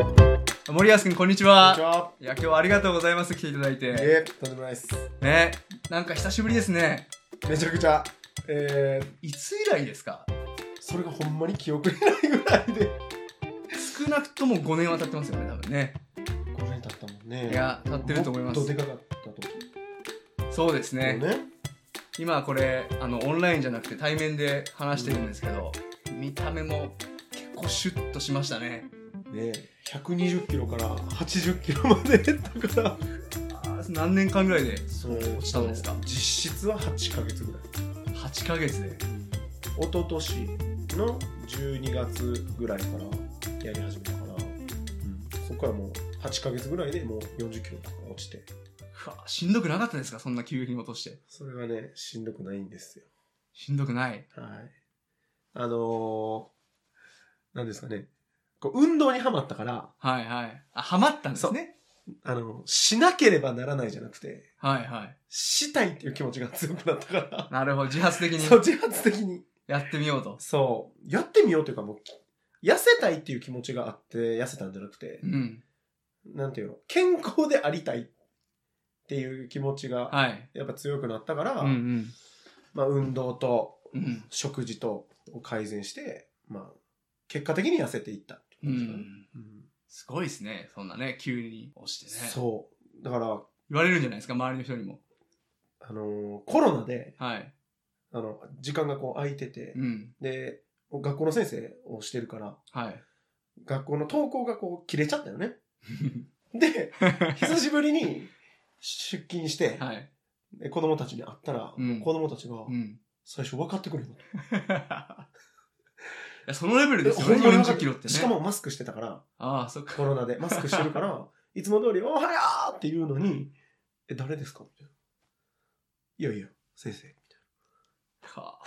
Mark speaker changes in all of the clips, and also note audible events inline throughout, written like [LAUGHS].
Speaker 1: 森保君こんにちは
Speaker 2: こんにちはい
Speaker 1: や今日はありがとうございます来ていただいて
Speaker 2: えー、とんでもないです
Speaker 1: ねなんか久しぶりですね
Speaker 2: めちゃくちゃえー、
Speaker 1: いつ以来ですか
Speaker 2: それがほんまに記憶にないぐらいで
Speaker 1: 少なくとも5年は経ってますよね多分ね
Speaker 2: 5年経ったもんね
Speaker 1: いや経ってると思います
Speaker 2: もっとでかかった時
Speaker 1: そうですね
Speaker 2: もね
Speaker 1: 今これあのオンラインじゃなくて対面で話してるんですけど、見た目も結構シュッとしましたね
Speaker 2: ね120キロから80キロまで減ったから
Speaker 1: あー何年間ぐらいで
Speaker 2: そう落
Speaker 1: ちたんですか
Speaker 2: 実質は8ヶ月ぐらい
Speaker 1: 8ヶ月で
Speaker 2: 一昨年の12月ぐらいからやり始めたから、そこからもう8ヶ月ぐらいでもう40キロとか落ちて
Speaker 1: ふわしんどくなかったですかそんな急激に落として
Speaker 2: それがねしんどくないんですよ
Speaker 1: しんどくない
Speaker 2: はい。あのー、なんですかね。こう運動にはまったから、
Speaker 1: はいはいあハマったんですね
Speaker 2: あの、しなければならないじゃなくて、
Speaker 1: はいはい
Speaker 2: したいっていう気持ちが強くなったか
Speaker 1: なるほど自発的
Speaker 2: ら、
Speaker 1: に
Speaker 2: そう、自発的に。
Speaker 1: やってみようと
Speaker 2: そう、やってみようというか、もう、痩せたいっていう気持ちがあって、痩せたんじゃなくて
Speaker 1: う、ん
Speaker 2: なんていうの、健康でありたいっていう気持ちが、
Speaker 1: はい
Speaker 2: やっぱ強くなったから、
Speaker 1: うんうん
Speaker 2: まあ、運動と
Speaker 1: うん
Speaker 2: 食事とを改善して、まあ、結果的に痩せていったって
Speaker 1: う
Speaker 2: 感じかな。
Speaker 1: ん
Speaker 2: うん
Speaker 1: すごいですねそんなね急に落ちてね
Speaker 2: そう。だから、
Speaker 1: 言われるんじゃないですか周りの人にも
Speaker 2: あのーコロナで、
Speaker 1: はい
Speaker 2: あの、時間がこう空いてて、
Speaker 1: うん
Speaker 2: で、学校の先生をしてるから、
Speaker 1: はい [LAUGHS]
Speaker 2: 学校の登校がこう切れちゃったよね。で、久しぶりに出勤して、
Speaker 1: はい
Speaker 2: で子供たちに会ったら、
Speaker 1: うん
Speaker 2: 子供たちが
Speaker 1: うん
Speaker 2: 最初分かってくれるの。
Speaker 1: いやそのレベルですよね、
Speaker 2: ほんまに分か
Speaker 1: 40
Speaker 2: っ
Speaker 1: キロってね。
Speaker 2: しかもマスクしてたから、
Speaker 1: ああ、そっか。
Speaker 2: コロナでマスクしてる
Speaker 1: [LAUGHS]
Speaker 2: から、いつも通り、おはようって言うのに、え、誰ですかみたいな。いやいや、先生。
Speaker 1: か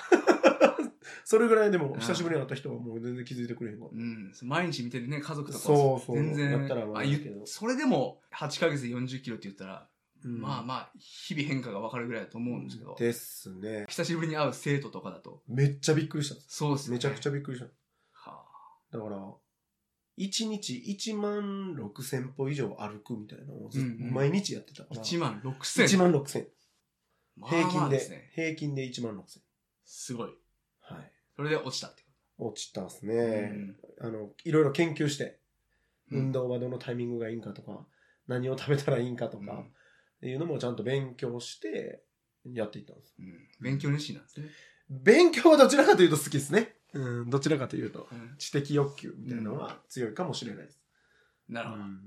Speaker 2: それぐらいでも、久しぶりに会った人はもう全然気づいてくれへんから。
Speaker 1: うん、毎日見てるね、家族とか
Speaker 2: そうそう
Speaker 1: 全然
Speaker 2: やったらまあ
Speaker 1: あ
Speaker 2: いいけど
Speaker 1: ゆそれでも8ヶ月で40キロって言ったら、まあ
Speaker 2: あ、
Speaker 1: まあ、日々変化が分かるぐらいだと思うんですけど、
Speaker 2: ですね。
Speaker 1: 久しぶりに会う生徒とかだと、
Speaker 2: めっちゃびっくりした。
Speaker 1: そうですね。
Speaker 2: めちゃくち
Speaker 1: ゃ。
Speaker 2: ゃびっくりした。
Speaker 1: はあ、
Speaker 2: だから、1日1万6千歩以上歩くみたいなのをずっと
Speaker 1: うんうん
Speaker 2: 毎日やってたから。
Speaker 1: 1万6千。
Speaker 2: 1万6千。
Speaker 1: まあ
Speaker 2: 平
Speaker 1: ま
Speaker 2: 均
Speaker 1: あ
Speaker 2: で、
Speaker 1: ですね。
Speaker 2: 平均で1万6千。
Speaker 1: すごい。
Speaker 2: はい。
Speaker 1: それで落ちたってこ
Speaker 2: 落ちたんす
Speaker 1: と。
Speaker 2: ね。あの、いろいろ研究して、
Speaker 1: うん
Speaker 2: 運動はどのタイミングがいいんかとか、何を食べたらいいんかと
Speaker 1: うん
Speaker 2: か、っていうのもちゃんと勉強して、やっていったんです。
Speaker 1: うん勉強熱心なんですね。
Speaker 2: 勉強はどちらかというと好きですね。うん、どちらかというと。
Speaker 1: うん
Speaker 2: 知的欲求みたいなのは強いかもしれないです。
Speaker 1: なるほど。い
Speaker 2: ん
Speaker 1: や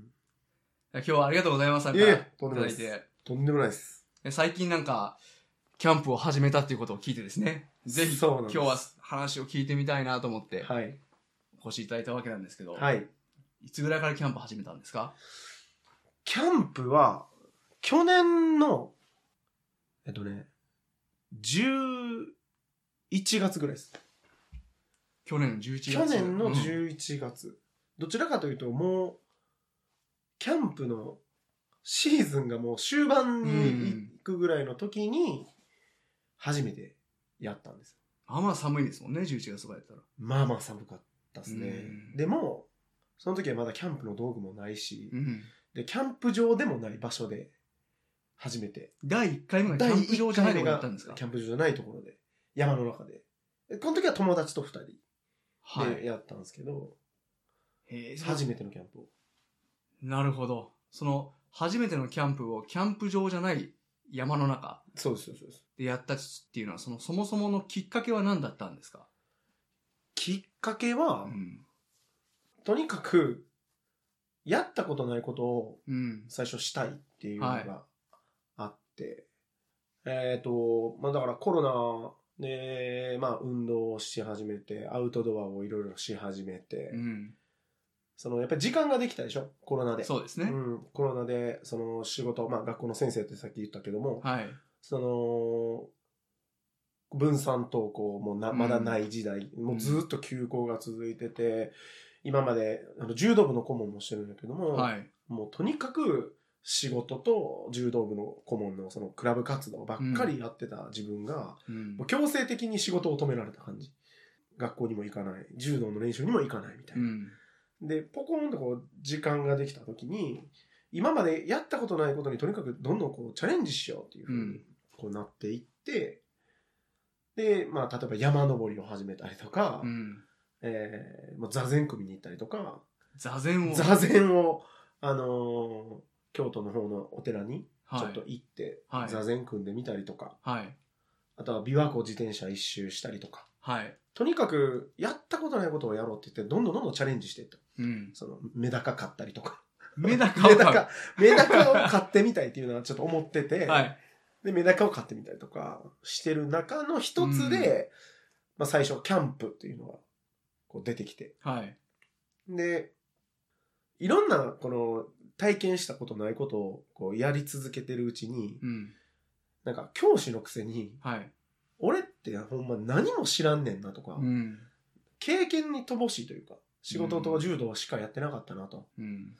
Speaker 1: 今日はありがとうございます。なんか
Speaker 2: いえい
Speaker 1: い
Speaker 2: えとん
Speaker 1: た
Speaker 2: でも
Speaker 1: だ
Speaker 2: ない
Speaker 1: い
Speaker 2: です
Speaker 1: て。
Speaker 2: とんでもないです。
Speaker 1: で最近なんか、キャンプを始めたっていうことを聞いてですね、ぜひ
Speaker 2: そうなん
Speaker 1: 今
Speaker 2: です
Speaker 1: 日は話を聞いてみたいなと思って
Speaker 2: はい。
Speaker 1: お越しいただいたわけなんですけど、
Speaker 2: はい。
Speaker 1: いつぐらいからキャンプ始めたんですか
Speaker 2: キャンプは、去年の、えっとね、11月ぐらいです。
Speaker 1: 去年の11月。
Speaker 2: 去年の
Speaker 1: うん
Speaker 2: 11月。どちらかというと、もう、キャンプのシーズンがもう終盤に行くぐらいの時に、初めてやったんですよ。
Speaker 1: まあまあ寒いですもんね、11月とかやったら。
Speaker 2: まあまあ寒かったですね
Speaker 1: うん。
Speaker 2: でも、その時はまだキャンプの道具もないし、
Speaker 1: うん。
Speaker 2: で、キャンプ場でもない場所で、初めて。
Speaker 1: 第1回目がキャンプ場じゃないとこやったんですか
Speaker 2: キャンプ場じゃないところで、山の中で。でこの時は友達と2
Speaker 1: は
Speaker 2: 人で
Speaker 1: い。
Speaker 2: やったんですけど、
Speaker 1: えー
Speaker 2: 初めてのキャンプを。
Speaker 1: なるほど。その、初めてのキャンプをキャンプ場じゃない山の中
Speaker 2: そうです、そうですそうです。
Speaker 1: でやったっていうのは、その、そもそものきっかけは何だったんですか
Speaker 2: きっかけは、
Speaker 1: うん。
Speaker 2: とにかく、やったことないことを
Speaker 1: うん。
Speaker 2: 最初したいっていうの
Speaker 1: はい
Speaker 2: があって、えっ、と、まあだからコロナで、まあ運動をし始めて、アウトドアをいろいろし始めて、
Speaker 1: うん。
Speaker 2: そのやっぱり時間ができたでしょ、コロナで。
Speaker 1: そうですね。
Speaker 2: うん、コロナで、その仕事、まあ学校の先生ってさっき言ったけども、
Speaker 1: はい。
Speaker 2: その、分散登校もな、
Speaker 1: うん
Speaker 2: まだない時代、もうずっと休校が続いてて、今まで、あの、柔道部の顧問もしてるんだけども、
Speaker 1: はい。
Speaker 2: もうとにかく仕事と柔道部の顧問のそのクラブ活動ばっかりやってた自分が、
Speaker 1: うん
Speaker 2: もう強制的に仕事を止められた感じ。学校にも行かない、柔道の練習にも行かないみたいうな。
Speaker 1: ん。
Speaker 2: で、ポコンとこう、時間ができた時に、今までやったことないことにとにかくどんどんこう、チャレンジしようっていうふう
Speaker 1: うん
Speaker 2: にこうなっていって、で、まあ、例えば山登りを始めたりとか、
Speaker 1: うん。
Speaker 2: えーまあ、座禅組に行ったりとか、
Speaker 1: 座禅を。
Speaker 2: 座禅を、あのー京都の方のお寺にちょっと行って、
Speaker 1: はい
Speaker 2: 座禅組んでみたりとか、
Speaker 1: はい。はい。
Speaker 2: あとは琵琶湖自転車一周したりとか、
Speaker 1: はい。
Speaker 2: とにかくやったことないことをやろうって言って、どんどんどんどんチャレンジしていった。
Speaker 1: うん。
Speaker 2: その、メダカ買ったりとか。
Speaker 1: メダカを
Speaker 2: メ
Speaker 1: 買
Speaker 2: ダ
Speaker 1: う。
Speaker 2: カ、メダカを買ってみたいっていうのはちょっと思ってて、
Speaker 1: はい。
Speaker 2: で、メダカを買ってみたりとかしてる中の一つで、まあ最初、キャンプっていうのがこう出てきて、
Speaker 1: はい。
Speaker 2: で、いろんなこの体験したことないことをこうやり続けてるうちに、
Speaker 1: うん。
Speaker 2: なんか教師のくせに、
Speaker 1: はい。
Speaker 2: 俺ってほんま何も知らんねんなとか、
Speaker 1: うん。
Speaker 2: 経験に乏しいというか、仕事と柔道しかやってなかったなと。
Speaker 1: うん。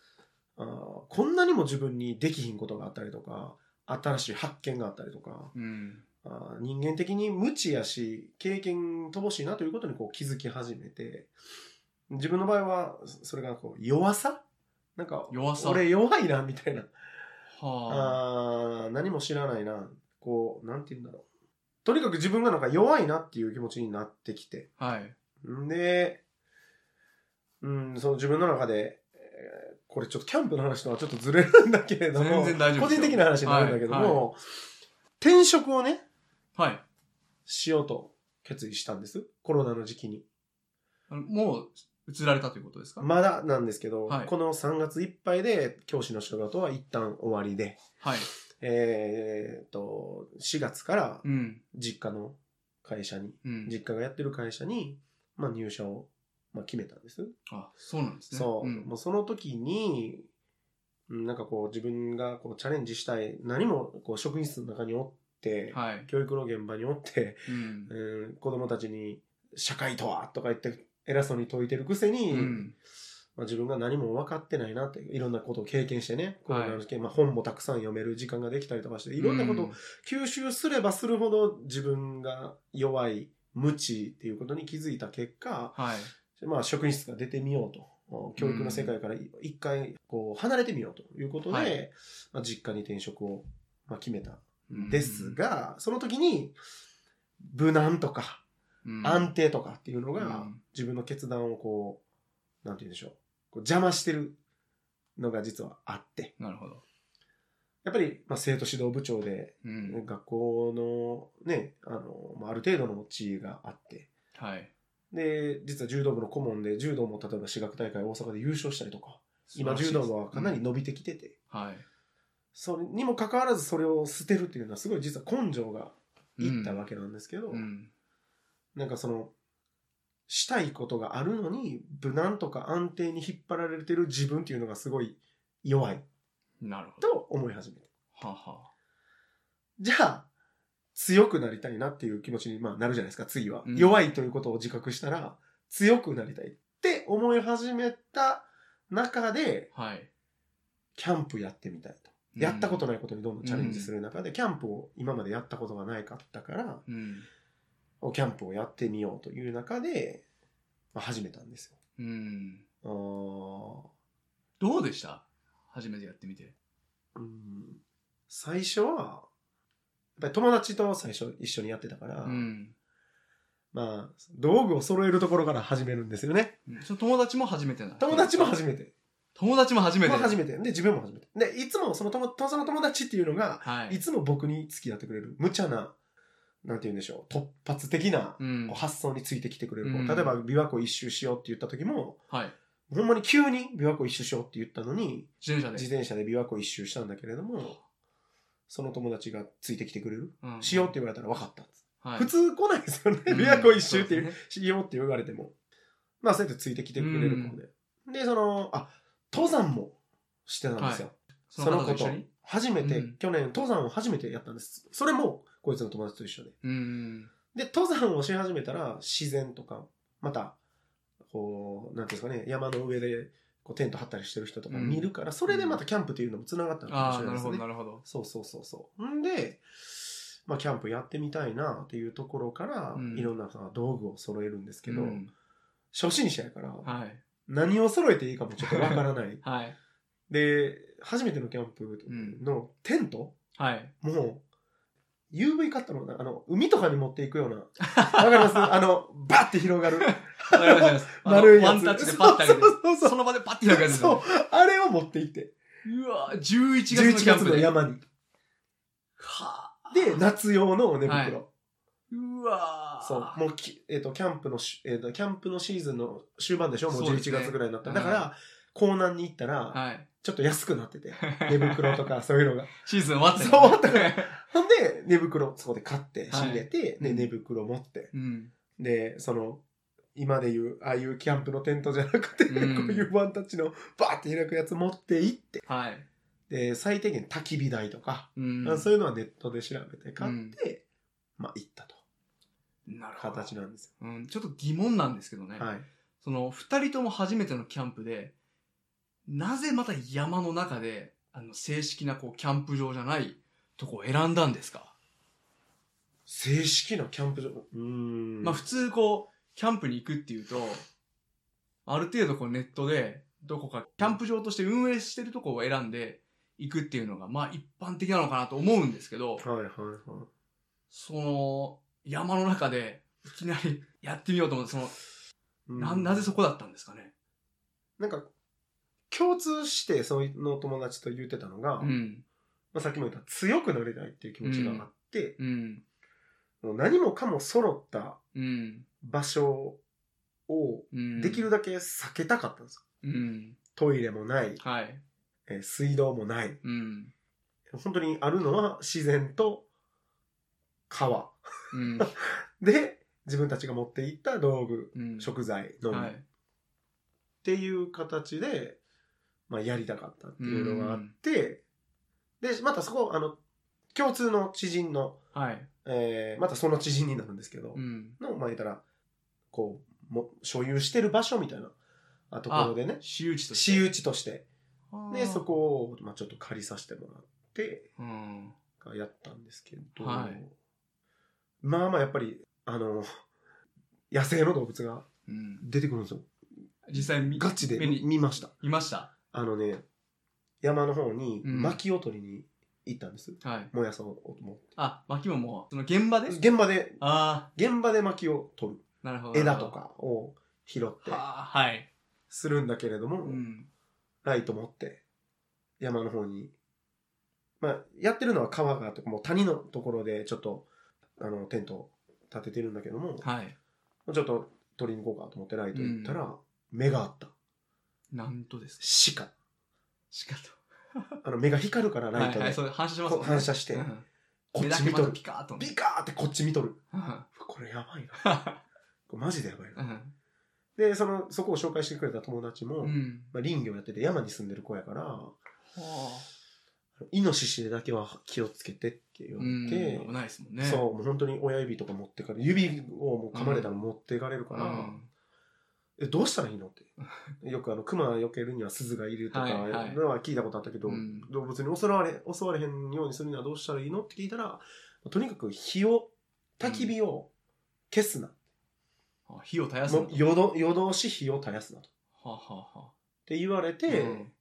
Speaker 2: あーこんなにも自分にできひんことがあったりとか、新しい発見があったりとか、
Speaker 1: うん。
Speaker 2: あー人間的に無知やし、経験乏しいなということにこう気づき始めて、自分の場合は、そそれがこう弱さなんか、
Speaker 1: 弱さ
Speaker 2: 俺弱いな、みたいな。
Speaker 1: はあ。
Speaker 2: あー何も知らないな。こう、なんて言うんだろう。とにかく自分がなんか弱いなっていう気持ちになってきて、
Speaker 1: はい。
Speaker 2: んで、うん、その自分の中で、えーこれちょっとキャンプの話とはちょっとずれるんだけれども、
Speaker 1: 全然大丈夫
Speaker 2: 個
Speaker 1: ですよ
Speaker 2: 人的な話になるんだけども、
Speaker 1: はいは
Speaker 2: 転職をね、
Speaker 1: はい。
Speaker 2: しようと決意したんです。コロナの時期に。
Speaker 1: あのもう、移られたということですか
Speaker 2: まだなんですけど、
Speaker 1: はい
Speaker 2: この3月いっぱいで教師の仕事は一旦終わりで、
Speaker 1: はい。
Speaker 2: えーっと、4月から
Speaker 1: うん。
Speaker 2: 実家の会社に、
Speaker 1: うん。
Speaker 2: 実家がやってる会社に、まあ入社を、まあ決めたんです。
Speaker 1: あ、そうなんですね。
Speaker 2: そう、
Speaker 1: ん
Speaker 2: もうその時に、うんなんかこう自分がこうチャレンジしたい、何もこう職員室の中におって、
Speaker 1: はい。
Speaker 2: 教育の現場におって、
Speaker 1: うん。
Speaker 2: うん、子供たちに社会とはとか言って偉そうに説いてるくせに、
Speaker 1: うん。
Speaker 2: まあ、自分が何も分かってないなって、いろんなことを経験してね、コロナの時期まあ、本もたくさん読める時間ができたりとかして、いろんなことを吸収すればするほど自分が弱い、無知っていうことに気づいた結果、
Speaker 1: はい。
Speaker 2: まあ、職員室から出てみようと。教育の世界からい一回こう離れてみようということで、
Speaker 1: はい
Speaker 2: まあ、実家に転職をまあ決めた
Speaker 1: うん
Speaker 2: んです、が、その時に無難とか
Speaker 1: うん
Speaker 2: 安定とかっていうの
Speaker 1: う
Speaker 2: が
Speaker 1: ん
Speaker 2: 自分の決断をこう、なんて言うんでしょう、こう邪魔してるのが実はあって、
Speaker 1: なるほど。
Speaker 2: やっぱりまあ生徒指導部長で
Speaker 1: うん。
Speaker 2: 学校のね、あの、まあ、ある程度の地位があって、
Speaker 1: はい。
Speaker 2: で、実は柔道部の顧問で、柔道も例えば私学大会大阪で優勝したりとか、今柔道部はかなり
Speaker 1: うん
Speaker 2: 伸びてきてて、
Speaker 1: はい。
Speaker 2: それにもかかわらずそれを捨てるっていうのはすごい実は根性がいったわけなんですけど、
Speaker 1: うん。
Speaker 2: なんかその、したいことがあるのに、無難とか安定に引っ張られてる自分っていうのがすごい弱い
Speaker 1: なるほど。
Speaker 2: と思い始めて。
Speaker 1: はは。
Speaker 2: じゃあ、強くなりたいなっていう気持ちにまあなるじゃないですか、次は。
Speaker 1: うん
Speaker 2: 弱いということを自覚したら、強くなりたいって思い始めた中で、
Speaker 1: はい。
Speaker 2: キャンプやってみたいと。やったこと
Speaker 1: ない。
Speaker 2: ないことにどんどんチャレンジする中で、キャンプを今までやったことがないかったから、
Speaker 1: うん。
Speaker 2: キャンプをやってみようという中で、まあ、始めたんです
Speaker 1: うん。
Speaker 2: よ。
Speaker 1: どうでした初めてやってみて。
Speaker 2: あーうん最初は、やっぱり友達と最初一緒にやってたから、
Speaker 1: うん。
Speaker 2: まあ、道具を揃えるところから始めるんですよね。
Speaker 1: その友達も初めてなの
Speaker 2: 友達も初めて。
Speaker 1: 友達も初めて。
Speaker 2: まあ初めて。で、自分も初めて。で、いつもその友その友達っていうのが、
Speaker 1: はい。
Speaker 2: いつも僕に付き合ってくれる、無茶な、なんて言うんでしょう、突発的な
Speaker 1: うん。
Speaker 2: 発想についてきてくれる子、
Speaker 1: うん
Speaker 2: 例えば琵琶湖一周しようって言った時も
Speaker 1: はい。
Speaker 2: ほんまに急に琵琶湖一周しようって言ったのに
Speaker 1: 自転車で。
Speaker 2: 自転車で琵琶湖一周したんだけれどもその友達がついてきてくれる、
Speaker 1: うん
Speaker 2: しようって言われたら分かった、
Speaker 1: はい
Speaker 2: 普通来ないですよね、
Speaker 1: うん
Speaker 2: 琵琶湖一周っていう
Speaker 1: そうですね
Speaker 2: しようって言われてもまあそうやってついてきてくれる子で、でそのあ登山もしてたんですよ、
Speaker 1: そ
Speaker 2: その
Speaker 1: の
Speaker 2: こ
Speaker 1: 方と
Speaker 2: と
Speaker 1: 一緒に。
Speaker 2: 初めて、
Speaker 1: うん
Speaker 2: 去年登山を初めてやったんですそれもこいつの友達と一緒で
Speaker 1: うん。
Speaker 2: で、登山をし始めたら自然とか、また、こう、なんていうんですかね、山の上でこうテント張ったりしてる人とか
Speaker 1: うん
Speaker 2: 見るから、それでまたキャンプというのも繋がったのかも
Speaker 1: あ
Speaker 2: し
Speaker 1: あ、
Speaker 2: れ
Speaker 1: な
Speaker 2: な
Speaker 1: いる
Speaker 2: です
Speaker 1: ほど、
Speaker 2: ね
Speaker 1: な。るほど。
Speaker 2: そうそうそうそう。んで、まあ、キャンプやってみたいなっていうところから、
Speaker 1: うん
Speaker 2: いろんなさ道具を揃えるんですけど、
Speaker 1: うん
Speaker 2: 初心者やから、
Speaker 1: はい。
Speaker 2: 何を揃えていいかもちょっとわか
Speaker 1: [LAUGHS]
Speaker 2: らない。
Speaker 1: はい。
Speaker 2: で、初めてのキャンプのテント、 [LAUGHS]
Speaker 1: はい。
Speaker 2: もう、UV カットの、あの、海とかに持っていくような。わかり
Speaker 1: [LAUGHS]
Speaker 2: ますあの、バッて広がる。
Speaker 1: わかりましたわかりました。あの
Speaker 2: 丸いや
Speaker 1: ワ
Speaker 2: つ
Speaker 1: ンタッチでパッて上げて
Speaker 2: そうそうそう
Speaker 1: その場でパッて開くやつです
Speaker 2: そう
Speaker 1: よ。
Speaker 2: あれを持って行って。
Speaker 1: ね。うわ11月のキャン
Speaker 2: 11月
Speaker 1: プ
Speaker 2: の
Speaker 1: で。は
Speaker 2: 山に。
Speaker 1: あ
Speaker 2: で、夏用のお寝袋。
Speaker 1: うわー
Speaker 2: そう。もうき、えっ、と、キャンプのし、えっ、と、キャンプのシーズンの終盤でしょもう
Speaker 1: そうです
Speaker 2: 11
Speaker 1: ね
Speaker 2: 月ぐらいになった。
Speaker 1: はい
Speaker 2: だから、江南に行ったら、
Speaker 1: はい。
Speaker 2: ちょっと安くなってて。寝袋とかそういうのが。
Speaker 1: [LAUGHS] シーズン終わったよ
Speaker 2: そう終わったからほんで、寝袋そこで買って、仕入れて、
Speaker 1: う
Speaker 2: で、
Speaker 1: ん
Speaker 2: 寝袋持って。
Speaker 1: うん。
Speaker 2: で、その、今で言う、ああいうキャンプのテントじゃなくて、
Speaker 1: うん
Speaker 2: こういうワンタッチのバーって開くやつ持って行って、
Speaker 1: はい。
Speaker 2: で、最低限焚き火台とか、
Speaker 1: うん。
Speaker 2: そういうのはネットで調べて買って、まあ行ったと。
Speaker 1: なるほど。
Speaker 2: 形なんです
Speaker 1: うん。ちょっと疑問なんですけどね。
Speaker 2: よ。はい。
Speaker 1: その、二人とも初めてのキャンプで、なぜまた山の中で、あの、正式なこう、キャンプ場じゃないとこを選んだんですか、
Speaker 2: 正式なキャンプ場。うーん。
Speaker 1: まあ普通こう、キャンプに行くっていうと、ある程度こうネットで、どこかキャンプ場として運営してるとこを選んで行くっていうのが、まあ一般的なのかなと思うんですけど、
Speaker 2: はいはいはい。
Speaker 1: その、山の中で、いきなりやってみようと思って、その、
Speaker 2: うん
Speaker 1: な、なぜそこだったんですかね
Speaker 2: なんか、共通して、その友達と言ってたのが、
Speaker 1: うん。
Speaker 2: まあ、さっきも言った強くなりたいっていう気持ちがあって、
Speaker 1: うん。
Speaker 2: 何もかも揃った
Speaker 1: うん。
Speaker 2: 場所を
Speaker 1: うん。
Speaker 2: できるだけ避けたかったんですよ。
Speaker 1: うん。
Speaker 2: トイレもない、
Speaker 1: はい。
Speaker 2: えー水道もない。
Speaker 1: うん。
Speaker 2: 本当にあるのは自然と川。
Speaker 1: うん。
Speaker 2: で、自分たちが持っていった道具、
Speaker 1: うん
Speaker 2: 食材のみ、
Speaker 1: は
Speaker 2: っ
Speaker 1: い。
Speaker 2: ていう形で、まあ、やりたかったっていうのがあって、で、またそこ、あの、共通の知人の、
Speaker 1: はい。
Speaker 2: えーまたその知人になるんですけど、
Speaker 1: うん。
Speaker 2: の、まあ、言ったら、こう、も所有してる場所みたいなあところでね、
Speaker 1: 私有地として。
Speaker 2: 私有地として、
Speaker 1: あー
Speaker 2: で、そ。こを、まあ、ちょっと借りさせてもらって、
Speaker 1: うん。
Speaker 2: やったんですけど、
Speaker 1: はい
Speaker 2: まあまあ、やっぱり、あの、野生の動物が
Speaker 1: うん。
Speaker 2: 出てくるんですよ。
Speaker 1: 実際見、
Speaker 2: ガチで
Speaker 1: 目に
Speaker 2: 見ました。
Speaker 1: いました。
Speaker 2: あのね、山の方に
Speaker 1: うん
Speaker 2: 薪を取りに行ったんです。
Speaker 1: はい。
Speaker 2: もやさを持って。
Speaker 1: あ、薪ももう、その現場で
Speaker 2: 現場で、
Speaker 1: あ
Speaker 2: 現場で薪を取る。
Speaker 1: あ、なるほど。
Speaker 2: 枝と。かを拾って
Speaker 1: はあ、はい。
Speaker 2: するんだけれども、
Speaker 1: うん。
Speaker 2: ライト持って、山の方に。まあ、やってるのは川があって、もう谷のところでちょっと、あの、テントを立ててるんだけども、
Speaker 1: はい。
Speaker 2: ちょっと取りに行こうかと思ってライト行ったら、目があった。
Speaker 1: なんとですね。
Speaker 2: 鹿。
Speaker 1: しかと。
Speaker 2: あの、目が光るからライ
Speaker 1: はい
Speaker 2: ト
Speaker 1: は
Speaker 2: で
Speaker 1: い、、それ反射します
Speaker 2: こう反射して
Speaker 1: うん
Speaker 2: こ
Speaker 1: 目
Speaker 2: っ
Speaker 1: だ
Speaker 2: ち
Speaker 1: け
Speaker 2: 見
Speaker 1: ま
Speaker 2: と
Speaker 1: た
Speaker 2: る。
Speaker 1: ピカーっとね。
Speaker 2: ビカーってこっち見とる。
Speaker 1: うん
Speaker 2: これやばいな。
Speaker 1: [LAUGHS]
Speaker 2: これマジでやばいな。で、その、そこを紹介してくれた友達も、
Speaker 1: うん。
Speaker 2: まあ、林業やってて山に住んでる子やから、
Speaker 1: は
Speaker 2: イノシシだけは気をつけてって言
Speaker 1: あ
Speaker 2: わ
Speaker 1: うん。
Speaker 2: れて、
Speaker 1: 危ないですもんね。
Speaker 2: そう、もう本当に親指とか持ってかれ指をもう噛まれたら持っていかれるか
Speaker 1: う
Speaker 2: ら、
Speaker 1: ん。
Speaker 2: え、どうしたらいいのって。よくあの、熊避けるには鈴がいるとか、
Speaker 1: はいはい
Speaker 2: のは聞いたことあったけど、
Speaker 1: うん
Speaker 2: 動物に襲われ、襲われへんようにするにはどうしたらいいのって聞いたら、とにかく火を、焚き火を消すな。
Speaker 1: あ火を絶やす
Speaker 2: も
Speaker 1: の
Speaker 2: う夜ど夜通し火を絶やすなと。っ
Speaker 1: はあはあはあ。
Speaker 2: て言われて、
Speaker 1: うん